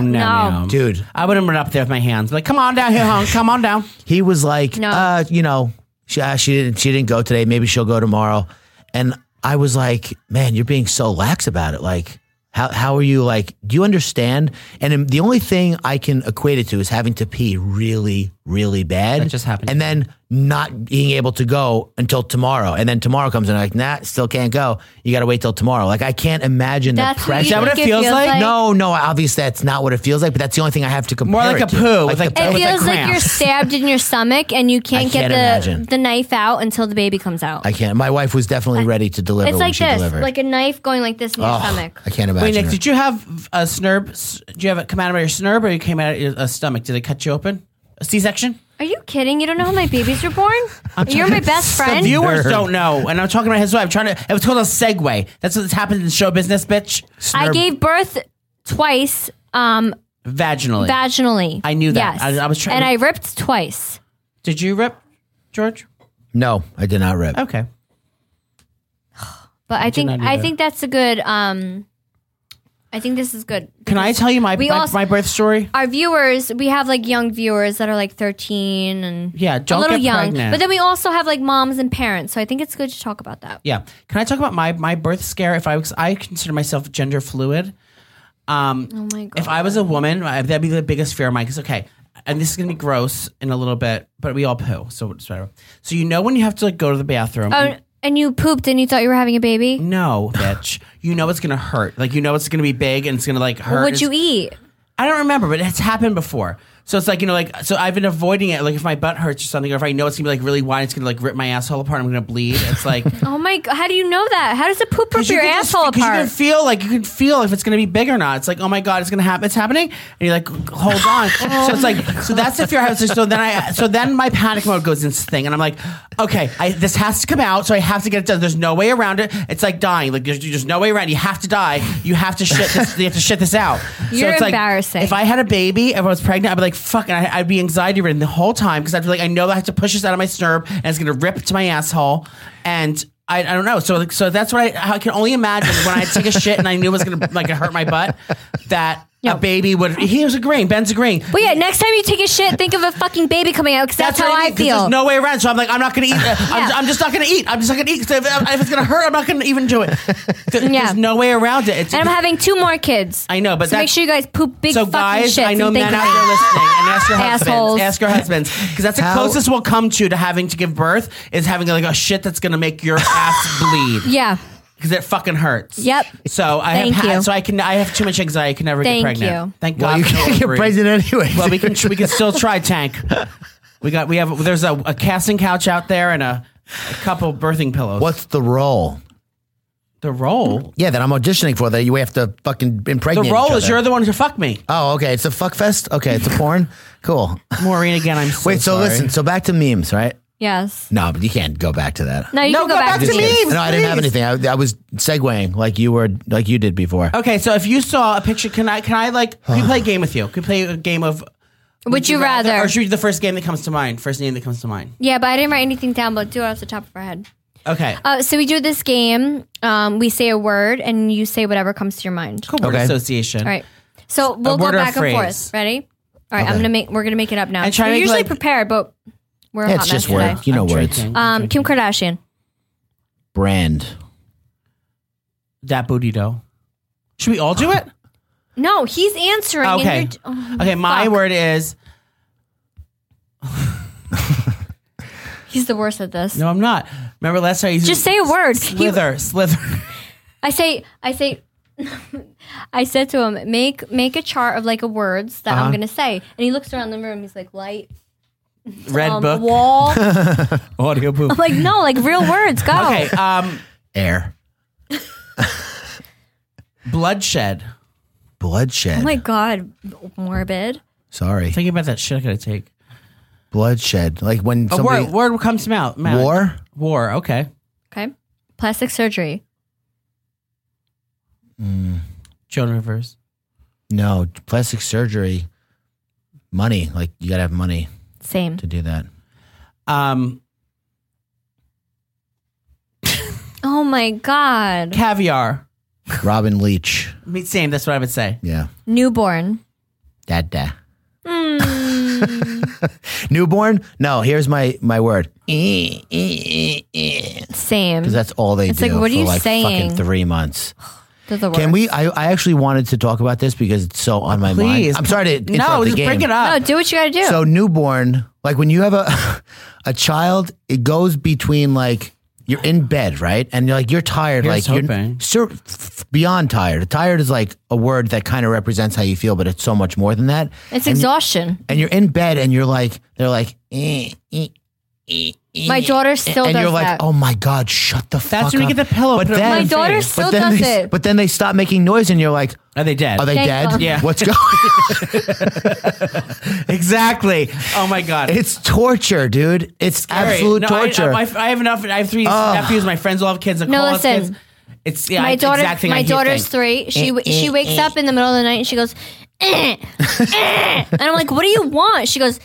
No. no. Dude. I would have run up there with my hands, like, "Come on down here, hon. Come on down." He was like, No. uh, you know, she uh, she didn't she didn't go today. Maybe she'll go tomorrow. And I was like, man, you're being so lax about it. Like, how how are you? Like, do you understand? And um, the only thing I can equate it to is having to pee really, really bad. That just happened. And then not being able to go until tomorrow. And then tomorrow comes and I'm like, nah, still can't go. You got to wait till tomorrow. Like, I can't imagine That's the what, pressure. you that what think it feels like? no, no, obviously that's not what it feels like, but that's the only thing I have to compare. More like it a to. poo, with like- the- It With feels like cramps. you're stabbed in your stomach and you can't, can't get the imagine. the knife out until the baby comes out. I can't. My wife was definitely ready to deliver it's when like she this, delivered. like a knife going like this in your Ah. Ugh, stomach. I can't Wait, imagine. Nick, her. did you have a snurb? s- Did you have it come out of your snurb, or you came out of your- a stomach? Did they cut you open? A C-section? Are you kidding? You don't know how my babies were born? You're my best friend. The viewers Nerd. don't know, and I'm talking about his wife. I'm trying to. It was called a segue. That's what's happened in show business, bitch. I gave birth twice, um, Vaginally. vaginally. I knew that. Yes. I- I was trying and to- I ripped twice. Did you rip, George? no, I did not rip. Okay. But I think not do I that. think that's a good. Um, I think this is good. Can I tell you my We my, also- my birth story? Our viewers, we have like young viewers that are like 13 and Yeah, don't a little get young. pregnant. But then we also have like moms and parents, so I think it's good to talk about that. Yeah. Can I talk about my my birth scare? If I was, I consider myself gender fluid. Oh my god. If I was a woman, I- that'd be the biggest fear of mine. Because okay, and this is gonna be gross in a little bit, but we all poo, so it's whatever. So you know when you have to like go to the bathroom. Oh, and you pooped and you thought you were having a baby? no, bitch. You know it's gonna hurt. Like you know it's gonna be big and it's gonna like hurt. What'd It's- you eat? I don't remember, but it's happened before. So it's like you know, like so I've been avoiding it. Like if my butt hurts or something, or if I know it's gonna be like really wide, it's gonna like rip my asshole apart. I'm gonna bleed. It's like Oh my god. How do you know that? How does a poop rip 'Cause you your can just- asshole 'cause You apart? can feel like you can feel if it's going to be big or not. It's like, oh my god, it's going to happen. It's happening, and you're like, hold on. so it's like, so that's the fear I have. So- So then I, so then my panic mode goes into this thing, and I'm like, okay, I, this has to come out, so I have to get it done. There's no way around it. It's like dying. Like there's, there's no way around. it. You have to die. You have to shit. This, you have to shit this out. You're so it's embarrassing. Like, if I had a baby, if I was pregnant, I'd be like, fuck, and I, I'd be anxiety ridden the whole time because I'd be like, I know I have to push this out of my snurb, and it's going to rip to my asshole, and I, I don't know. So like, so that's what I, I can only imagine when I take a shit and I knew it was gonna like hurt my butt. That a baby would. He was agreeing. Ben's agreeing. Well, yeah, next time you take a shit, think of a fucking baby coming out because that's, what how I, need, 'cause feel. There's no way around. So I'm like, I'm not gonna eat. I'm, Yeah. I'm just not gonna eat. I'm just not gonna eat. 'Cause If, if it's gonna hurt, I'm not gonna even do it. Th- Yeah. There's no way around it. It's, and I'm having two more kids. I know, but so make that's- sure you guys poop big so fucking guys, shits I know and men think out of- there listening, and ask your Assholes. husbands, ask your husbands, because that's the How- closest we'll come to to having to give birth is having like a shit that's gonna make your ass bleed Yeah. because it fucking hurts. Yep. So I Thank have, had- you. so I can I have too much anxiety. I can never Thank get pregnant. you. Thank God. Well, you for can't get ovaries. pregnant anyway. Well, we can we can still try tank. We got we have there's a, a casting couch out there and a, a couple birthing pillows. What's the role? the role? Yeah, that I'm auditioning for that you have to fucking The impregnate. role each is other. you're the one who fuck me, Oh, okay. It's a fuck fest. Okay, it's a porn. Cool. Maureen. Again, I'm so Wait, so sorry. listen. So back to memes, right? Yes. No, but you can't go back to that. No, you No, can go, back, to Just me. memes, kidding. No, I didn't have please. anything. I, I was segueing like you were, like you did before. Okay, so if you saw a picture, can I can I like can we play a game with you? Can we play a game of Would you rather? Or should we do the first game that comes to mind? First name that comes to mind. Yeah, but I didn't write anything down, but do it off the top of our head. Okay. Uh, so we do this game. Um, we say a word, and you say whatever comes to your mind. cool word okay. association. All right. So we'll go word or a back and phrase. forth. Ready? All right. I'm Okay. gonna make. We're gonna make it up now. And try to We're make, usually like- prepared, but we're a Yeah, hot it's just mess words. You know I'm words. drinking. today. Um, Kim Kardashian. Brand. that booty dough. Should we all do it? No, he's answering. and Okay. you're- oh, Okay, my fuck. word is He's the worst at this. no. I'm not. Remember last time you Just say a word. He, slither, slither. I say. I say. I said to him, make make a chart of like a words that Uh-huh. I'm gonna say, and he looks around the room. He's like, light, Red um, book, wall. audio book. like no, like real words. Go. Okay, um, Air. bloodshed. Bloodshed. Oh my god, morbid. Sorry. Thinking about that shit I gotta take. Bloodshed. Like when A somebody. word, word comes to mouth. mouth. War. War, okay. Okay. Plastic surgery. Joan Rivers. No. Plastic surgery. Money. Like you gotta have money Same. to do that. Um, Oh my god. caviar. Robin Leach. Me- Same, that's what I would say. Yeah. Newborn. Dad. da. Hmm. Newborn? No. Here's my my word. Because Same. that's all they It's do like, what are for you like saying? fucking three months. They're the Can worst. we? I, I actually wanted to talk about this because it's so on my Please. mind. I'm sorry to interrupt No, the just game. bring it No, up. do what you gotta do. So newborn, like when you have a a child, it goes between like you're in bed, right? And you're like you're tired, Here's like hoping. you're sur- f- beyond tired. Tired is like a word that kind of represents how you feel, but it's so much more than that. it's exhaustion. And you're in bed, and you're like they're like. Eh, eh, eh, eh, My daughter still and does you're like, that. oh my god, shut the fuck that's up. when you get the pillow. But put it on then- my your daughter face. still then does they, it. but then they stop making noise, and you're like, Are they dead? are they Thank dead? God. Yeah. What's going? exactly. Oh my god. it's torture, dude. It's Great. absolute No, I- torture. I, I have enough. I have three nephews. My friends will have kids. Nicole No, has listen. kids. It's yeah, my it's daughter. exact thing I my hate daughter's three. things. Eh, She w she wakes up in the middle of the night and she goes, eh, eh. and I'm like, what do you want? She goes,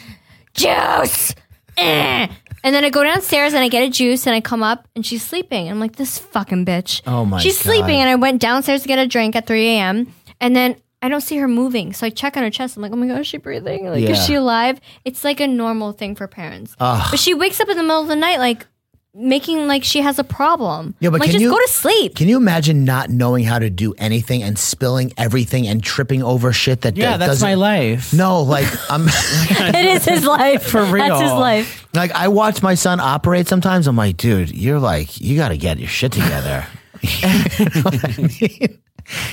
juice. Eh. And then I go downstairs and I get a juice and I come up and she's sleeping. I'm like, this fucking bitch. Oh my She's God. sleeping and I went downstairs to get a drink at 3 a.m. And then I don't see her moving. So I check on her chest. I'm like, oh my God, is she breathing? Like, Yeah. is she alive? It's like a normal thing for parents. But she wakes up in the middle of the night, like, making like she has a problem. Yeah, but I'm like, can just you- go to sleep. Can you imagine not knowing how to do anything and spilling everything and tripping over shit that Yeah, that that's doesn't, my life. No, like I'm it is his life. For real. That's his life. like I watch my son operate sometimes. I'm like, dude, you're like you got to get your shit together. he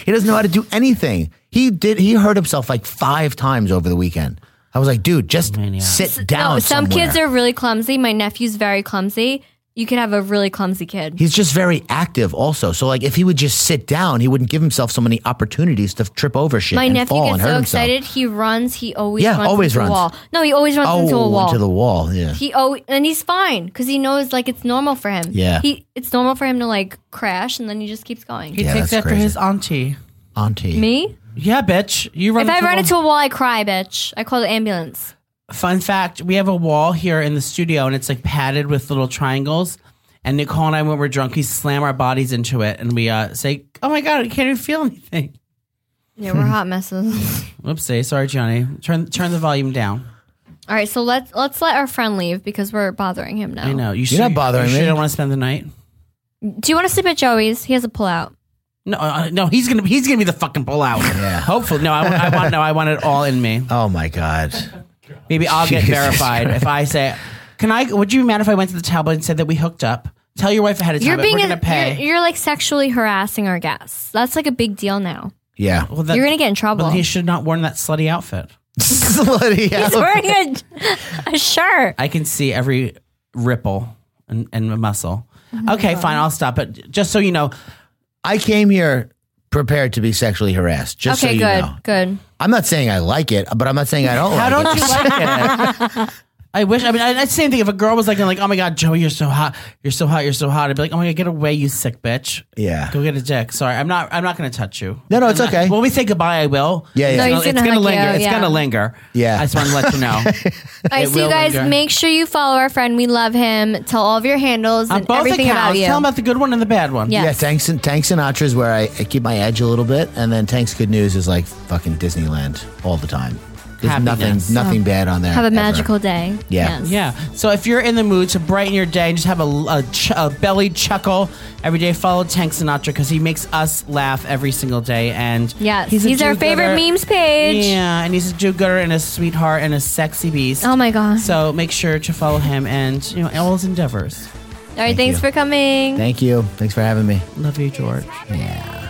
doesn't know how to do anything. He did. He hurt himself like five times over the weekend. I was like, dude, just sit down. No, some somewhere. kids are really clumsy. My nephew's very clumsy. You could have a really clumsy kid. He's just very active, also. So, like, if he would just sit down, he wouldn't give himself so many opportunities to trip over shit My and nephew fall and gets hurt so himself. excited. He runs. He always Yeah, runs always into runs. Oh, a wall. No, he always runs into a wall. into the wall. Yeah. he oh, and he's fine because he knows like it's normal for him. Yeah. he it's normal for him to like crash and then he just keeps going. He Yeah, takes that's after crazy. his auntie. Auntie. Me? Yeah, bitch. You run. If I into run a- into a wall, I cry, bitch. I call the ambulance. Fun fact: We have a wall here in the studio, and it's like padded with little triangles. And Nicole and I, when we're drunk, we slam our bodies into it, and we uh, say, "Oh my god, I can't even feel anything." Yeah, we're hot messes. Whoopsie, sorry, Johnny. Turn turn the volume down. All right, so let's let's let our friend leave because we're bothering him now. I know you You're not bothering you me. sure You don't want to spend the night. Do you want to sleep at Joey's? He has a pullout. No, uh, no, he's gonna he's gonna be the fucking pullout. Yeah. Hopefully, no, I, I want no, I want it all in me. Oh my God. Maybe I'll get Jesus verified if I say, "Can I?" Would you mind if I went to the tablet and said that we hooked up? Tell your wife ahead of time. You're but being we're gonna pay. You're, you're like sexually harassing our guests. That's like a big deal now. Yeah. well, that, you're gonna get in trouble. Well, he should not worn that slutty outfit. Slutty He's out. wearing a, a shirt. I can see every ripple and, and muscle. Oh okay, fine, I'll stop. But just so you know, I came here prepared to be sexually harassed. Just so Okay, you good, know. good. I'm not saying I like it, but I'm not saying I don't how like don't it. you like it? I wish. I mean, I, I same thing. If a girl was like, like, oh my god, Joey, you're so hot, you're so hot, you're so hot, I'd be like, oh my god, get away, you sick bitch. Yeah. Go get a dick. Sorry, I'm not. I'm not going to touch you. No, no, it's I'm not- okay. when we say goodbye, I will. Yeah, yeah. No, he's It's gonna gonna, hug linger. you, it's yeah. gonna linger. Yeah. I just want to let you know. All right, It so you will guys linger. make sure you follow our friend. We love him. Tell all of your handles On and both everything about accounts, you. tell them about the good one and the bad one. Yeah. Yeah, Tanks and Tank Sinatra is where I, I keep my edge a little bit, and then Tanks Good News is like fucking Disneyland all the time. There's Happiness. nothing, nothing bad on there. Oh. Have a ever. magical day. Yeah. Yes. Yeah. So if you're in the mood to brighten your day and just have a, a, ch- a belly chuckle every day, follow Tank Sinatra because he makes us laugh every single day. And Yes. a He's our do-gooder. favorite memes page. Yeah, and he's a do-gooder and a sweetheart and a sexy beast. Oh my God. So make sure to follow him and you know all his endeavors. All right, thanks you. for coming. Thank you. Thanks for having me. Love you, George. Yeah.